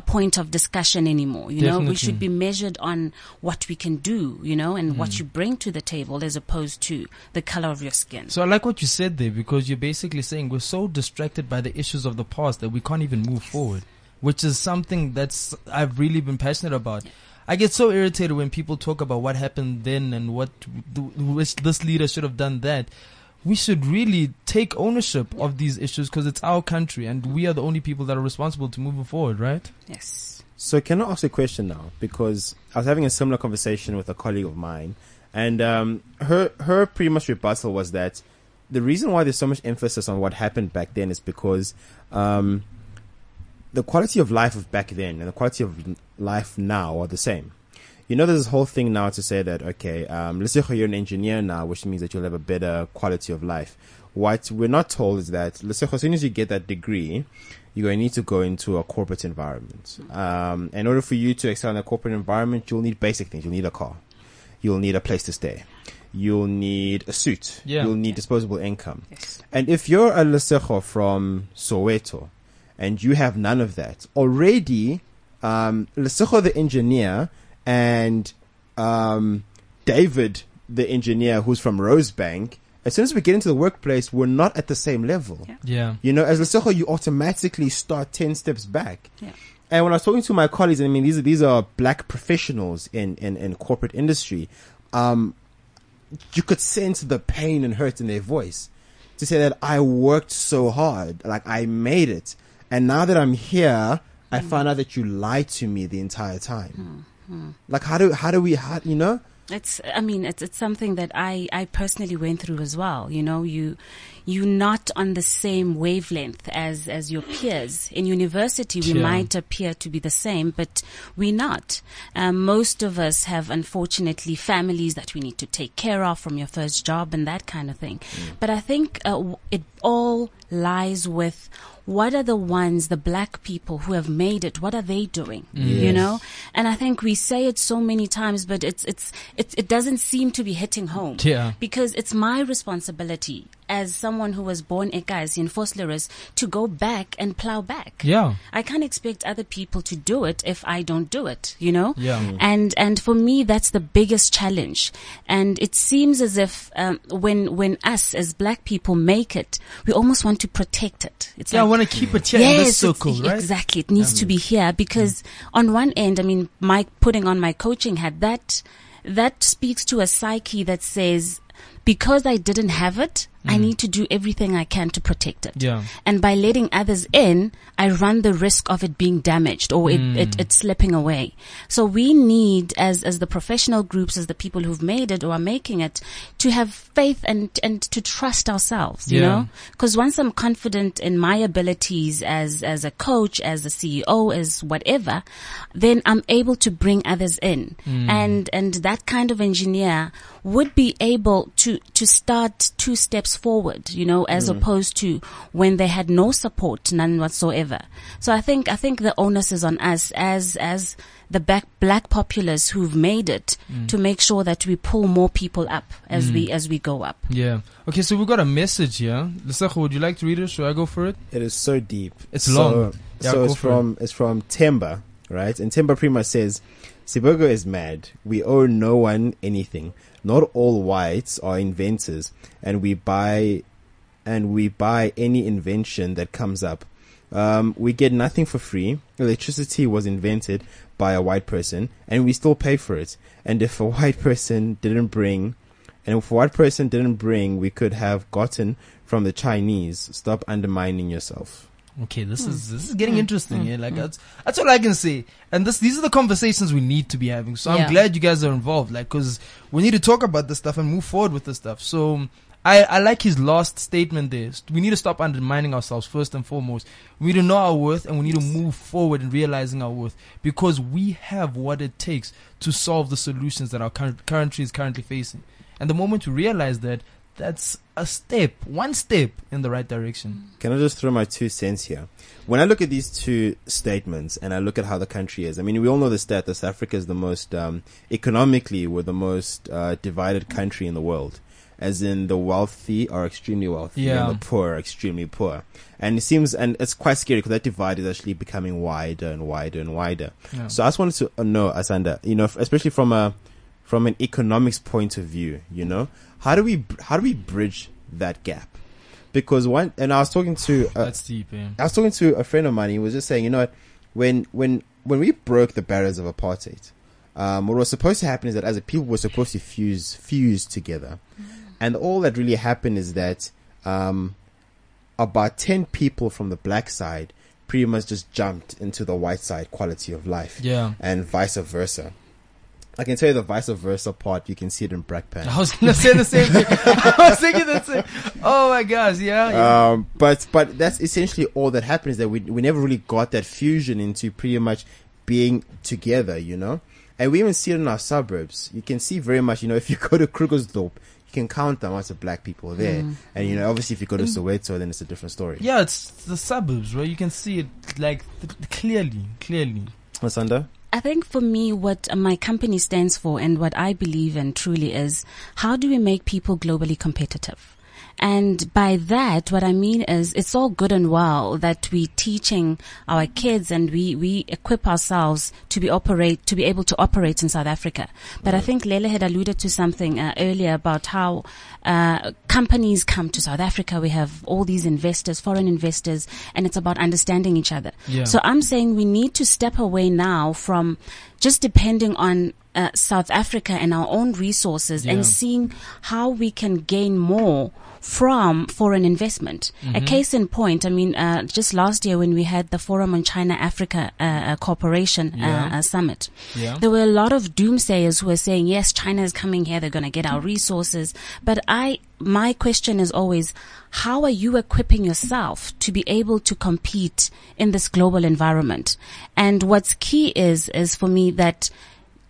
a point of discussion anymore. You know, we
Definitely.
should be measured on what we can do, you know, and
Hmm.
what you bring to the table as opposed to the color of your skin.
So I like what you said there because you're basically saying we're so distracted by the issues of the past that we can't even move forward, which is something that's I've really been passionate about. I get so irritated when people talk about what happened then and what th- which this leader should have done that. We should really take ownership of these issues because it's our country and we are the only people that are responsible to moving forward, right?
yes.
So can I ask you a question now? Because I was having a similar conversation with a colleague of mine, and um, her her pretty much rebuttal was that the reason why there's so much emphasis on what happened back then is because um, the quality of life of back then and the quality of n- life now are the same. You know, there's this whole thing now to say that okay, um, let's say you're an engineer now, which means that you'll have a better quality of life. What we're not told is that let's say as soon as you get that degree, you're going to need to go into a corporate environment. Um, in order for you to excel in a corporate environment, you'll need basic things. You'll need a car. You'll need a place to stay. You'll need a suit.
Yeah.
You'll need disposable income.
Yes.
And if you're a Lesego from Soweto and you have none of that, already um, Lesego the engineer and um, David the engineer who's from Rosebank, as soon as we get into the workplace, we're not at the same level.
Yeah.
Yeah.
You know, as Lesego, you automatically start 10 steps back.
Yeah.
And when I was talking to my colleagues, and I mean, these are, these are black professionals in, in, in corporate industry. Um, you could sense the pain and hurt in their voice to say that I worked so hard, like I made it. And now that I'm here, I find out that you lied to me the entire time. Like, how do, how do we, how, you know?
It's, I mean, it's, it's something that I, I personally went through as well. You know, you, you're not on the same wavelength as, as your peers. In university, we
Yeah.
might appear to be the same, but we're not. Um, most of us have, unfortunately, families that we need to take care of from your first job and that kind of thing. But I think uh, w- it all lies with what are the ones, the black people who have made it, what are they doing? You know? And I think we say it so many times, but it's, it's, it, it doesn't seem to be hitting home.
Yeah.
Because it's my responsibility as someone who was born Ekaz in Fosleris to go back and plow back.
Yeah.
I can't expect other people to do it if I don't do it, you know?
Yeah. Mm.
And, and for me, that's the biggest challenge. And it seems as if, um, when, when us as black people make it, we almost want to protect it. It's
Yeah, I
like,
want to keep it here in this
it's-
circle, right? Mm.
Exactly. It needs to be here because on one end, I mean, my putting on my coaching hat, that, that speaks to a psyche that says, because I didn't have it, I need to do everything I can to protect it.
Mm. Yeah.
And by letting others in, I run the risk of it being damaged or it, it,
Mm.
it slipping away. So we need, as, as the professional groups, as the people who've made it or are making it, to have faith and, and to trust ourselves, you
Yeah.
know? Cause once I'm confident in my abilities as, as a coach, as a CEO, as whatever, then I'm able to bring others in. And, and that kind of engineer would be able to, to start two steps forward, you know, as opposed to when they had no support, none whatsoever. So I think, I think the onus is on us as, as the back, black populace who've made it to make sure that we pull more people up as we, as we go up.
Yeah. Okay, so we got a message here. Lesego, would you like to read it? Should I go for it?
It is so deep.
It's
so,
long. Yeah,
so
go
it's
for
from it's from Timber, right? And Timber Prima says, Sibogo is mad. We owe no one anything. Not all whites are inventors, and we buy and we buy any invention that comes up. Um, we get nothing for free. Electricity was invented by a white person, and we still pay for it. And if a white person didn't bring, and if a white person didn't bring, we could have gotten from the Chinese. Stop undermining yourself.
Okay, this is this is getting interesting. yeah, like that's that's all I can say. And this these are the conversations we need to be having. So I'm
Yeah.
glad you guys are involved. Like, cause we need to talk about this stuff and move forward with this stuff. So I I like his last statement there. We need to stop undermining ourselves first and foremost. We need to know our worth and we need to move forward in realizing our worth because we have what it takes to solve the solutions that our coun- country is currently facing. And the moment you realize that, that's a step, one step in the right direction.
Can I just throw my two cents here? When I look at these two statements and I look at how the country is, I mean, we all know the stat that South Africa is the most, um, economically, we're the most uh, divided country in the world. As in, the wealthy are extremely wealthy
Yeah.
and the poor are extremely poor. And it seems, and it's quite scary because that divide is actually becoming wider and wider and wider.
Yeah.
So I just wanted to uh, know, Asanda, you know, f- especially from a, from an economics point of view, you know, how do we, br- how do we bridge that gap? Because one, and I was talking to, uh,
That's deep. Yeah.
I was talking to a friend of mine. He was just saying, you know, what, when when when we broke the barriers of apartheid, um, what was supposed to happen is that as a people, we're supposed to fuse fuse together, and all that really happened is that um, about ten people from the black side pretty much just jumped into the white side quality of life,
Yeah.
and vice versa. I can tell you the vice versa part. You can see it in Black Panther.
I was gonna say the same thing. I was thinking the same. Oh my gosh, yeah. yeah.
um, but but that's essentially all that happened is that we we never really got that fusion into pretty much being together, you know. And we even see it in our suburbs. You can see very much, you know, if you go to Krugersdorp, you can count the amounts of black people there.
Hmm.
And you know, obviously, if you go
Mm.
to Soweto, then it's a different story.
yeah, it's the suburbs, right? You can see it like th- clearly, clearly.
Masanda,
I think for me, what my company stands for and what I believe in truly is how do we make people globally competitive? And by that, what I mean is it's all good and well that we teaching our kids and we, we equip ourselves to be operate, to be able to operate in South Africa. But I think Lele had alluded to something uh, earlier about how, uh, companies come to South Africa. We have all these investors, foreign investors, and it's about understanding each other.
Yeah.
So I'm saying we need to step away now from just depending on uh, South Africa and our own resources
Yeah.
and seeing how we can gain more from foreign investment. A
Mm-hmm.
case in point, I mean, uh, just last year when we had the Forum on China Africa uh, uh, Cooperation
Yeah.
uh, uh, Summit,
Yeah.
there were a lot of doomsayers who were saying, yes, China is coming here, they're going to get our resources. But I, my question is always, how are you equipping yourself to be able to compete in this global environment? And what's key is, is for me that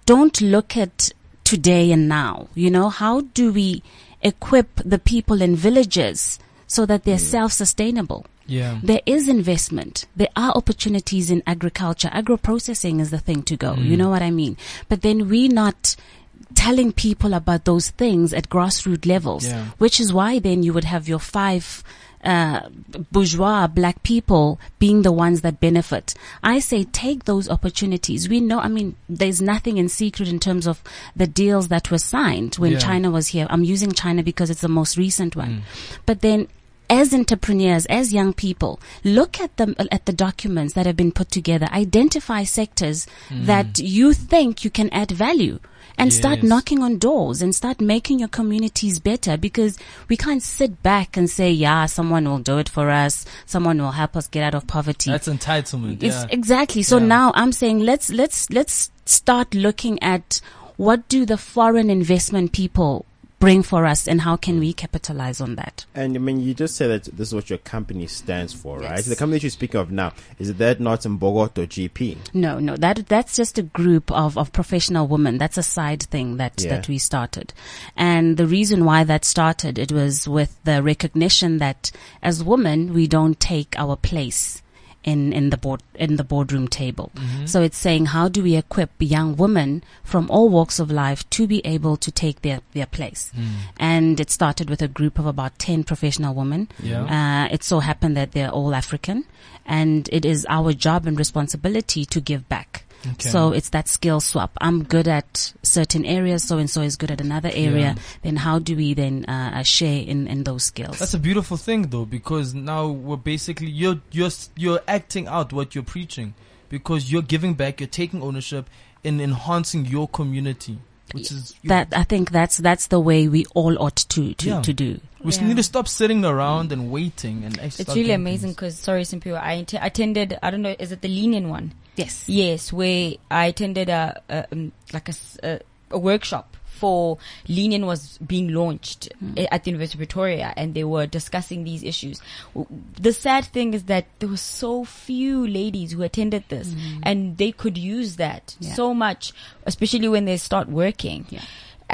don't look at today and now. You know, how do we equip the people in villages so that they're self-sustainable?
Yeah.
There is investment. There are opportunities in agriculture. Agro-processing is the thing to go.
Mm.
You know what I mean? But then we're not telling people about those things at grassroots levels,
Yeah.
which is why then you would have your five uh, bourgeois black people being the ones that benefit. I say take those opportunities. We know, I mean, there's nothing in secret in terms of the deals that were signed when
Yeah. Mm.
China was here. I'm using China because it's the most recent one. But then as entrepreneurs, as young people, look at the at the documents that have been put together. Identify sectors
Mm.
that you think you can add value. And start
Yes.
knocking on doors and start making your communities better because we can't sit back and say, yeah, someone will do it for us. Someone will help us get out of poverty.
That's entitlement.
It's
Yeah.
exactly. So
Yeah.
now I'm saying let's let's let's start looking at what do the foreign investment people bring for us and how can we capitalize on that?
And I mean, you just said that this is what your company stands for, right? The company that you're speaking of now is that not in Bogoto GP?
No, no, that that's just a group of, of professional women. That's a side thing that,
Yeah.
that we started. And the reason why that started, it was with the recognition that as women we don't take our place in, in the board in the boardroom table. So it's saying how do we equip young women from all walks of life to be able to take their, their place? And it started with a group of about ten professional women.
Yeah.
Uh, it so happened that they're all African, and it is our job and responsibility to give back.
Okay.
So it's that skill swap. I'm good at certain areas, so and so is good at another
Yeah.
area. Then how do we then uh, uh, share in, in those skills?
That's a beautiful thing though, because now we're basically you're you're s- you're acting out what you're preaching, because you're giving back, you're taking ownership in enhancing your community, which is
that I think that's that's the way we all ought to to,
Yeah.
to do.
we
Yeah.
need to stop sitting around and waiting and actually
It's
start
really
doing
amazing
things.
because, sorry, Simpio, I int- attended, I don't know, is it the lenient one?
Yes.
Yes, where I attended a, a um, like a, s- a- a workshop for Lenin was being launched
Hmm.
a- at the University of Pretoria, and they were discussing these issues. W- The sad thing is that there were so few ladies who attended this, and they could use that
Hmm. Yeah.
so much, especially when they start working.
Yeah.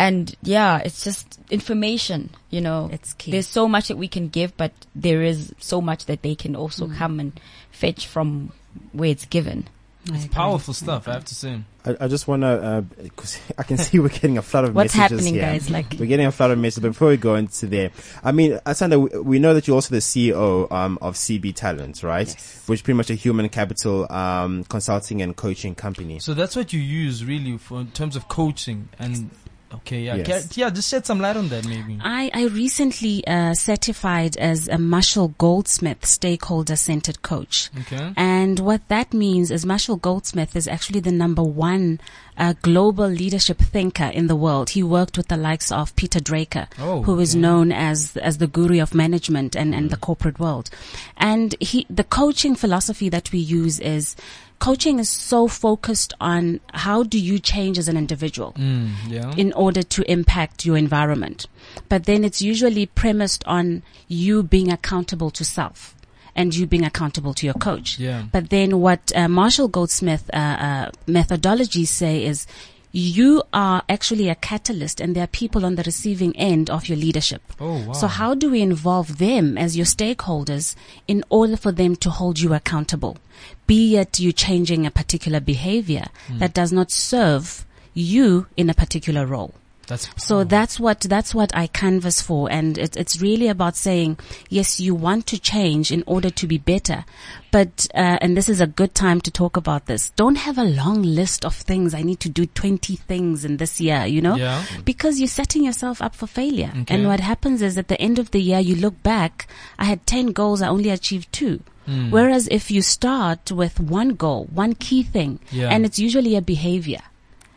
And yeah, it's just information, you know.
It's key.
There's so much that we can give, but there is so much that they can also
Hmm.
come and fetch from where it's given.
I agree.
um,
Powerful stuff, I have to say.
I, I just want to, because I can see we're getting a flood of
What's
messages
happening,
here.
guys? Like,
We're getting a flood of messages. But before we go into there, I mean, Asanda, we, we know that you're also the CEO um, of CB Talent, right? Which is pretty much a human capital um, consulting and coaching company.
So that's what you use really for in terms of coaching and okay, yeah,
Yes.
Ca- yeah. Just shed some light on that, maybe.
I, I recently uh, certified as a Marshall Goldsmith stakeholder centered coach.
Okay.
And what that means is Marshall Goldsmith is actually the number one uh, global leadership thinker in the world. He worked with the likes of Peter Draker,
Oh,
who is
okay.
known as as the guru of management and, and the
Mm.
corporate world. And he the coaching philosophy that we use is coaching is so focused on how do you change as an individual
Mm, yeah.
in order to impact your environment. But then it's usually premised on you being accountable to self and you being accountable to your coach.
Yeah.
But then what uh, Marshall Goldsmith uh, uh, methodologies say is you are actually a catalyst and there are people on the receiving end of your leadership.
Oh, wow.
So how do we involve them as your stakeholders in order for them to hold you accountable? Be it you changing a particular behavior
Hmm.
that does not serve you in a particular role.
That's
So that's what that's what I canvas for, and it's it's really about saying yes, you want to change in order to be better, but uh, and this is a good time to talk about this. Don't have a long list of things I need to do twenty things in this year, you know,
Yeah.
because you're setting yourself up for failure.
Okay.
And what happens is at the end of the year, you look back. I had ten goals, I only achieved two.
Hmm.
Whereas if you start with one goal, one key thing,
Yeah.
and it's usually a behavior.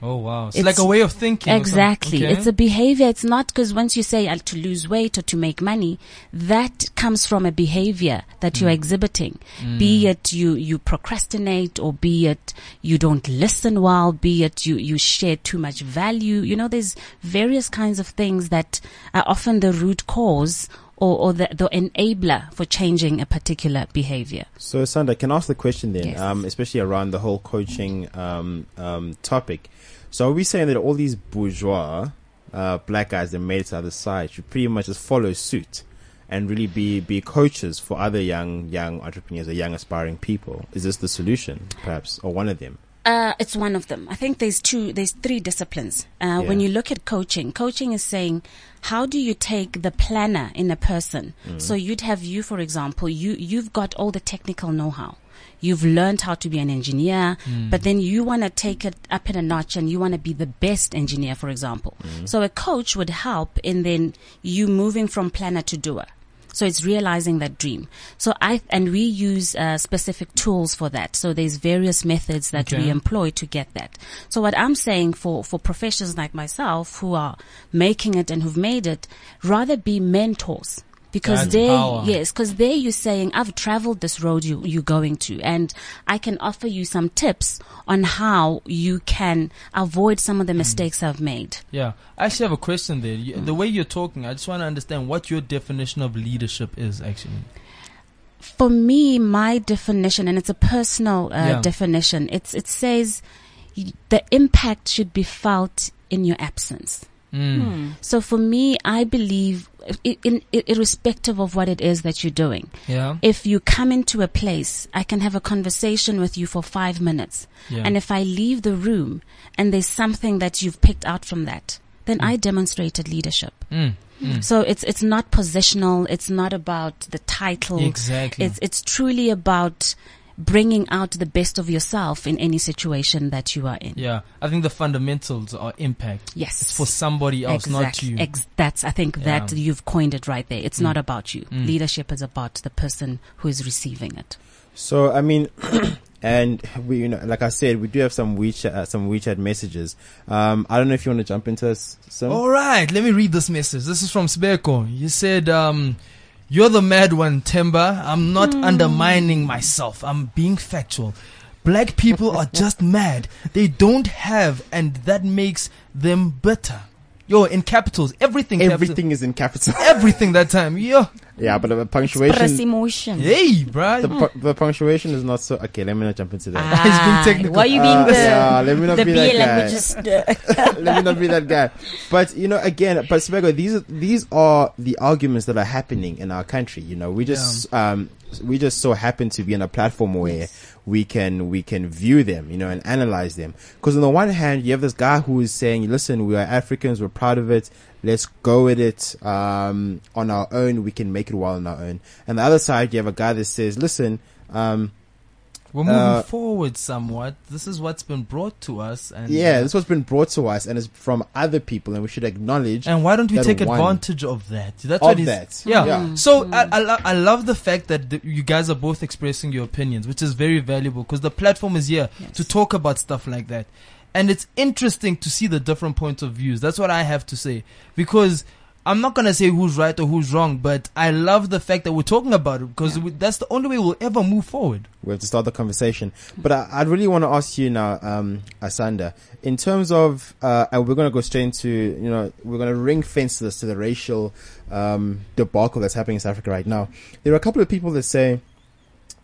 oh wow. It's,
it's-
like a way of thinking. or something.
Exactly.
Okay.
It's a behavior. It's not because once you say uh, to lose weight or to make money, that comes from a behavior that
Hmm.
you're exhibiting. Be it you, you procrastinate or be it you don't listen well, be it you, you share too much value. You know, there's various kinds of things that are often the root cause or, or the, the enabler for changing a particular behavior.
So, Sandra, can I ask the question then,
Yes.
um, especially around the whole coaching um, um, topic? So, are we saying that all these bourgeois uh, black guys that made it to the other side should pretty much just follow suit and really be, be coaches for other young young entrepreneurs or young aspiring people? Is this the solution, perhaps, or one of them?
Uh, it's one of them. I think there's two, there's three disciplines. Uh, When
Yeah.
you look at coaching, coaching is saying, how do you take the planner in a person? So you'd have you, for example, you, you've got all the technical know-how. You've learned how to be an engineer, but then you want to take it up in a notch and you want to be the best engineer, for example. So a coach would help in then you moving from planner to doer. So it's realizing that dream. So I, and we use uh, specific tools for that. So there's various methods that
Okay.
we employ to get that. So what I'm saying for, for professions like myself who are making it and who've made it, rather be mentors. Because
That's
they,
power.
yes, because there you're saying, I've traveled this road you, you're going to and I can offer you some tips on how you can avoid some of
Hmm.
the mistakes I've made.
Yeah, I actually have a question there. You,
Mm.
The way you're talking, I just want to understand what your definition of leadership is. Actually,
for me, my definition, and it's a personal uh,
Yeah.
definition, it's, it says y- the impact should be felt in your absence.
Mm.
So for me, I believe, i- in, i irrespective of what it is that you're doing,
yeah,
if you come into a place, I can have a conversation with you for five minutes.
Yeah.
And if I leave the room and there's something that you've picked out from that, then
Mm.
I demonstrated leadership. So it's it's not positional. It's not about the title.
Exactly.
It's it's truly about bringing out the best of yourself in any situation that you are in.
yeah. I think the fundamentals are impact.
Yes.
Oh, it's for somebody else, not
Exact-
you.
Ex- that's I think that
Yeah. Mm.
you've coined it right there. It's not about you. Leadership is about the person who is receiving it.
So I mean, and we, you know, like I said, we do have some WeChat, uh, some WeChat messages. Um, I don't know if you want to jump into this. Some,
All right, let me read this message. This is from Speko. You said, um, You're the mad one, Temba. I'm not undermining myself, I'm being factual. Black people are just mad. They don't have, and that makes them bitter. Yo, in capitals, everything, capital-
everything is in capital.
everything that time. Yo,
yeah, but the
Express
punctuation,
emotion.
hey, bruh.
the, pu- the punctuation is not so. Okay, let me not jump into that.
He's being
Ah,
technical.
Why are you being
Uh,
the,
yeah, let me not
the
be that
BL
guy.
languages? uh,
let me not be that guy. But you know, again, but Spego, these are these are the arguments that are happening in our country. You know, we just um we just so happen to be on a platform where we can we can view them, you know, and analyze them. Because on the one hand, you have this guy who is saying, "Listen, we are Africans. We're proud of it. Let's go at it um on our own. We can make it well on our own." And the other side, you have a guy that says, "Listen." Um,
We're moving
Uh,
forward somewhat. This is what's been brought to us. And, uh,
yeah, this was been brought to us and it's from other people, and we should acknowledge.
And why don't we
that
take
one-
advantage of that? That's
Of
what he's-
that.
Yeah.
Yeah.
So
Mm.
I, I, lo- I love the fact that th- you guys are both expressing your opinions, which is very valuable because the platform is here to talk about stuff like that. And it's interesting to see the different points of views. That's what I have to say because I'm not going to say who's right or who's wrong, but I love the fact that we're talking about it because we, that's the only way we'll ever move forward.
we have to start the conversation. But I, I'd really want to ask you now, um, Asanda, in terms of, uh, and we're going to go straight into, you know, we're going to ring fence this to the racial um, debacle that's happening in South Africa right now. There are a couple of people that say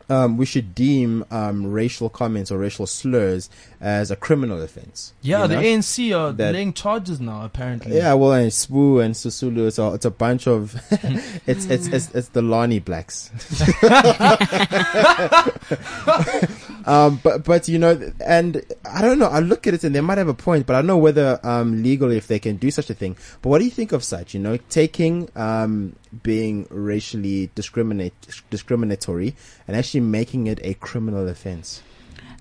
um, we should deem um, racial comments or racial slurs as a criminal offense.
Yeah,
you
the
know?
ANC are
That-
laying charges now, apparently.
Yeah, well, and Spoo and Susulu, it's a, it's a bunch of, it's, it's, it's, it's the Lani blacks. um, but, but, you know, and I don't know, I look at it and they might have a point, but I don't know whether, um, legally if they can do such a thing. But what do you think of such, you know, taking, um, being racially discriminate, discriminatory and actually making it a criminal offense?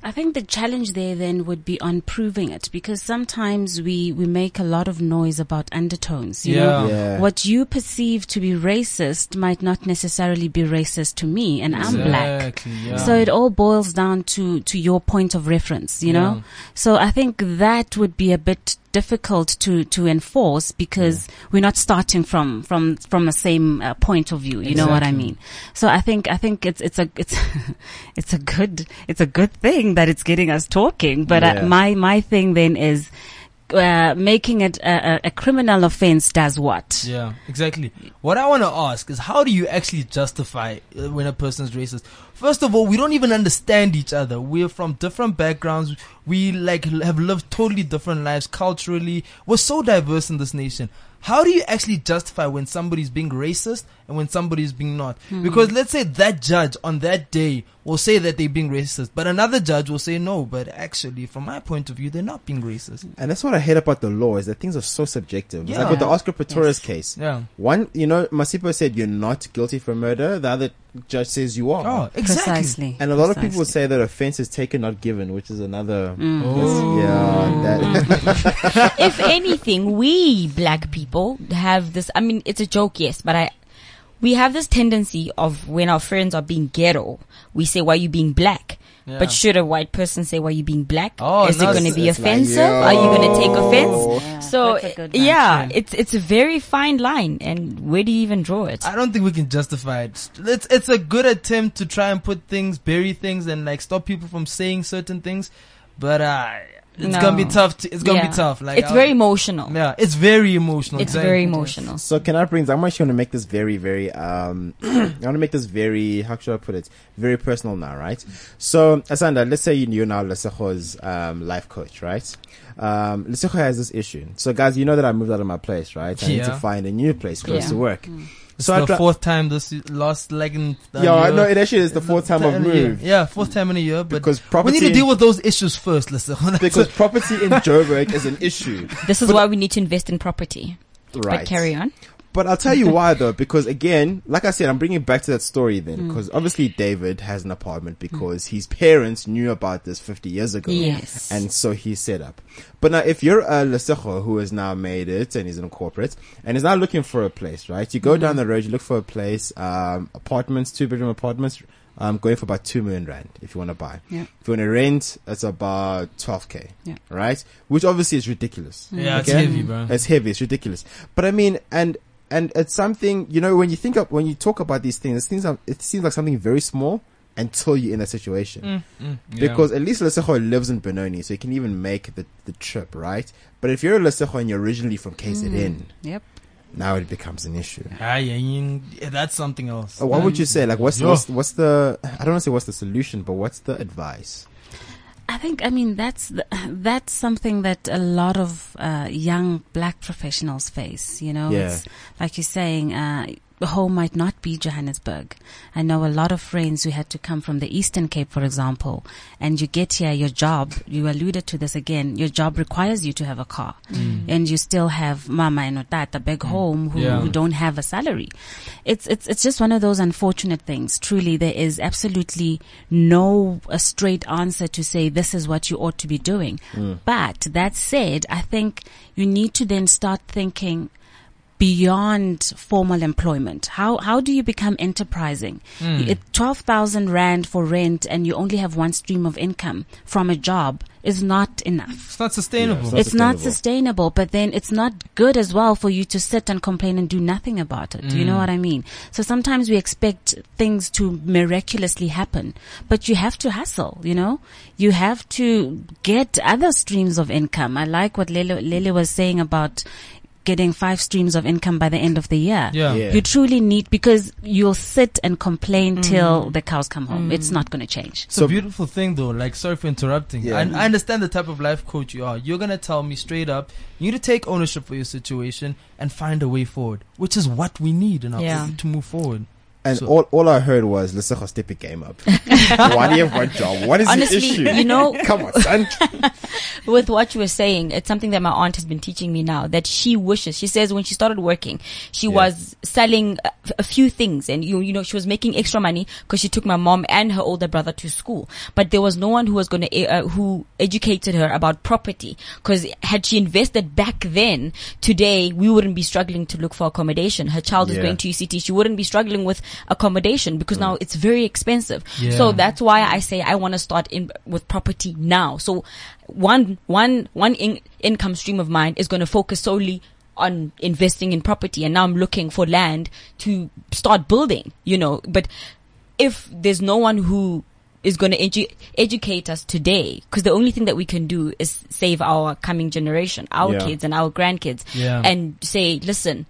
I think the challenge there then would be on proving it because sometimes we, we make a lot of noise about undertones. You Know?
Yeah.
Yeah.
What you perceive to be racist might not necessarily be racist to me and I'm black.
Exactly, yeah.
So it all boils down to, to your point of reference, you know?
Yeah.
So I think that would be a bit difficult to, to enforce because we're not starting from, from, from the same uh, point of view. You know what I
Exactly.
mean? So I think, I think it's, it's a, it's, it's a good, it's a good thing that it's getting us talking. But
Yeah.
I, my, my thing then is, uh, making it a, a, a criminal offense does what?
Yeah, exactly. What I want to ask is how do you actually justify uh, when a person's racist? First of all, we don't even understand each other. We're from different backgrounds. We like l- have lived totally different lives culturally. We're so diverse in this nation. How do you actually justify when somebody's being racist and when somebody's being not? Because let's say that judge on that day will say that they're being racist, but another judge will say no, but actually from my point of view they're not being racist.
And that's what I hate about the law is that things are so subjective.
Yeah.
Like with the Oscar Pistorius case.
Yeah.
One, you know, Masipa said you're not guilty for murder. The other judge says you are.
Oh, exactly.
Precisely.
And a lot of
Precisely.
people say that offense is taken, not given, which is another.
Oh.
Yeah, that,
if anything, we black people have this. I mean, it's a joke, yes, but I. we have this tendency of when our friends are being ghetto, we say, "Why you being black?"
Yeah.
But should a white person say, "Why you being black?"
Oh,
Is
no,
it going to
it's-
be
it's like,
offensive?
yo.
Are you going to take
"Oh,
offense? so,
That's a good one,
yeah,
yeah.
it's it's a very fine line, and where do you even draw it?
I don't think we can justify it. It's it's a good attempt to try and put things, bury things, and like stop people from saying certain things, but uh, it's
No.
gonna be tough. To, it's gonna
Yeah.
be tough. Like um,
it's
I-
very emotional.
yeah, it's very emotional.
It's
exactly.
very emotional.
So can I bring? I'm actually going to make this very, very. Um, I want to make this very. How should I put it? Very personal now, right? So Asanda, let's say you knew now Lesejo's um, life coach, right? Um, Lesejo has this issue. So guys, you know that I moved out of my place, right? I need to
Yeah.
find a new place close
Yeah.
to work.
It's
So I
the
try-
fourth time this y- last like in a
yeah, I
year.
know it actually is the fourth time I've
in a year.
moved.
Yeah, fourth time in a year, but
Because
we need
property-
to deal with those issues first. Let's
Because property in Joburg is an issue,
This is why we need to invest in property.
right?
But carry on.
But I'll tell you why though, because again, like I said, I'm bringing it back to that story
Mm.
then, because obviously David has an apartment because his parents knew about this 50 years ago.
Yes.
And so he set up. But now if you're a Lesejo who has now made it and is in a corporate and is now looking for a place, right? You go
Mm-hmm.
down the road, you look for a place, um, apartments, two bedroom apartments, um, going for about two million rand if you want to buy.
Yeah.
If you want to rent, it's about 12k.
Yeah. Mm.
Right? Which obviously is ridiculous.
Yeah, it's
Okay?
heavy, bro.
It's heavy. It's ridiculous. But I mean, and and it's something you know when you think of when you talk about these things, it seems like, it seems like something very small until you're in that situation. Mm.
Mm.
Because at least Lesejo lives in Benoni, so you can even make the, the trip, right? But if you're a Lesejo and you're originally from KZN,
Yep.
now it becomes an issue.
Ah, yeah, you- yeah, that's something else.
So what would you say? Like, what's,
Yeah.
what's what's the? I don't want to say what's the solution, but what's the advice?
I think I mean that's the, that's something that a lot of uh, young black professionals face. You know,
Yeah.
it's like you're saying. Uh, Home might not be Johannesburg. I know a lot of friends who had to come from the Eastern Cape, for example, and you get here, your job, you alluded to this again, your job requires you to have a car. And you still have mama and tata back home who,
Yeah.
who don't have a salary. It's, it's, it's just one of those unfortunate things. Truly, there is absolutely no a straight answer to say this is what you ought to be doing. But that said, I think you need to then start thinking, beyond formal employment? How how do you become enterprising? It- Twelve thousand rand for rent, and you only have one stream of income from a job is not enough.
It's not sustainable.
Yeah,
It's not
sustainable.
sustainable, but then it's not good as well for you to sit and complain and do nothing about it. You know what I mean? So sometimes we expect things to miraculously happen, but you have to hustle, you know? You have to get other streams of income. I like what Lele, Lele was saying about getting five streams of income by the end of the year.
Yeah.
Yeah.
You truly need, because you'll sit and complain till the cows come home. It's not going to change.
It's a beautiful thing though. Like, sorry for interrupting.
Yeah.
I, I understand the type of life coach you are. You're gonna tell me straight up, you need to take ownership for your situation and find a way forward, which is what we need in our
Yeah.
to move forward.
And
So-
all, all I heard was Lesejo step your game up. Why do you have one job? What is
Honestly,
the issue?
you know-
come on, son.
with what you were saying, it's something that my aunt has been teaching me now that she wishes. She says when she started working, she was selling a, a few things and you, you know, she was making extra money because she took my mom and her older brother to school. But there was no one who was going to, uh, who educated her about property because had she invested back then, today we wouldn't be struggling to look for accommodation. Her child is
Yeah.
going to UCT. She wouldn't be struggling with accommodation because now it's very expensive. So
Yeah.
that that's why I say I want to start in with property now. So one one one in, income stream of mine is going to focus solely on investing in property and now I'm looking for land to start building, you know, but if there's no one who is going to edu- educate us today because the only thing that we can do is save our coming generation, our
Yeah.
kids and our grandkids
Yeah.
and say, listen,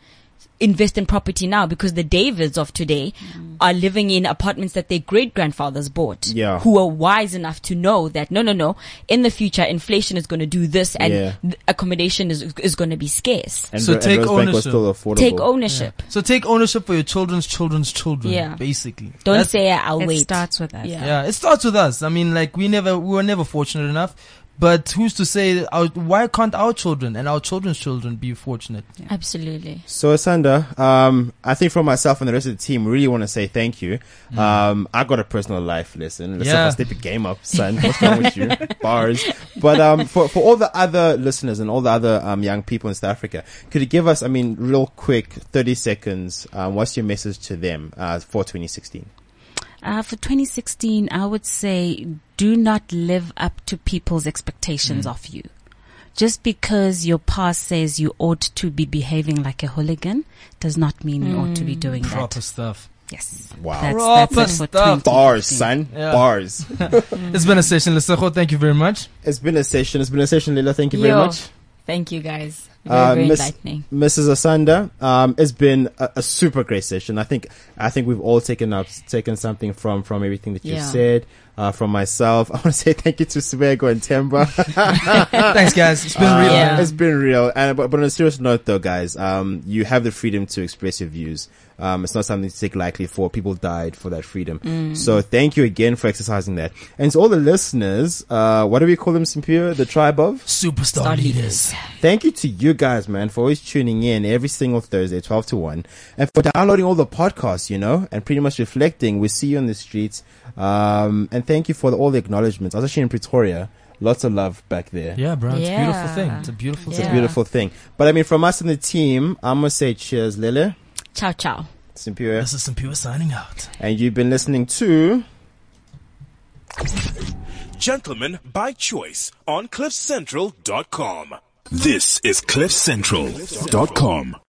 invest in property now because the Davids of today are living in apartments that their great grandfathers bought.
Yeah.
Who are wise enough to know that no, no, no, in the future, inflation is going to do this and
Yeah.
th- accommodation is, is going to be scarce.
And
So
Ro- and
take
Rosebank was
ownership.
still affordable.
Take ownership.
So take ownership for your children's children's children.
Yeah.
Basically.
Don't
That's-
say I'll
it
wait.
starts with us.
Yeah.
Yeah, it starts with us. I mean, like we never, we were never fortunate enough. But who's to say our, why can't our children and our children's children be fortunate?
Absolutely.
So, Asanda, um, I think for myself and the rest of the team, we really want to say thank you. Um, I got a personal life lesson. Let's
Yeah.
yeah. step your game up, son. What's wrong with you? Bars. But But um, for for all the other listeners and all the other um, young people in South Africa, could you give us, I mean, real quick, thirty seconds? Um, what's your message to them uh, for 2016?
Uh, for 2016, I would say do not live up to people's
Mm.
expectations of you. Just because your past says you ought to be behaving like a hooligan does not mean you ought to be doing
Proper
that.
stuff.
Yes.
Wow.
That's,
Mm. Proper
that's it for
stuff.
2016.
Bars, son,
Yeah.
bars.
It's been a session, Lesego. Thank you very much.
It's been a session. It's been a session, Leila. Thank you very
Yo.
much.
Thank you guys. Very,
Uh,
very
Miss-
enlightening.
Mrs. Asanda, um, it's been a, a super great session. I think I think we've all taken up taken something from from everything that you've
Yeah.
said. Uh, from myself, I want to say thank you to Swego and Temba.
Thanks, guys. It's been
Uh,
real.
Yeah.
It's been real. And but, but on a serious note, though, guys, um, you have the freedom to express your views. Um, it's not something to take lightly for. People died for that freedom.
Mm.
So thank you again for exercising that. And to all the listeners, uh, what do we call them, Simpio? The tribe of?
Superstar leaders.
Thank you to you guys, man, for always tuning in every single Thursday, 12 to 1, and for downloading all the podcasts, you know, and pretty much reflecting. We see you on the streets. Um, and thank you for all the acknowledgements. I was actually in Pretoria. Lots of love back there.
Yeah, bro. It's a beautiful
Yeah.
thing. It's a beautiful
It's
thing.
a beautiful thing. But I mean, from us and the team, I'm going to say cheers, Lele,
Ciao, ciao.
Simpira.
This is some pure signing out.
And you've been listening to.
Gentlemen by choice on CliffCentral.com. This is CliffCentral.com.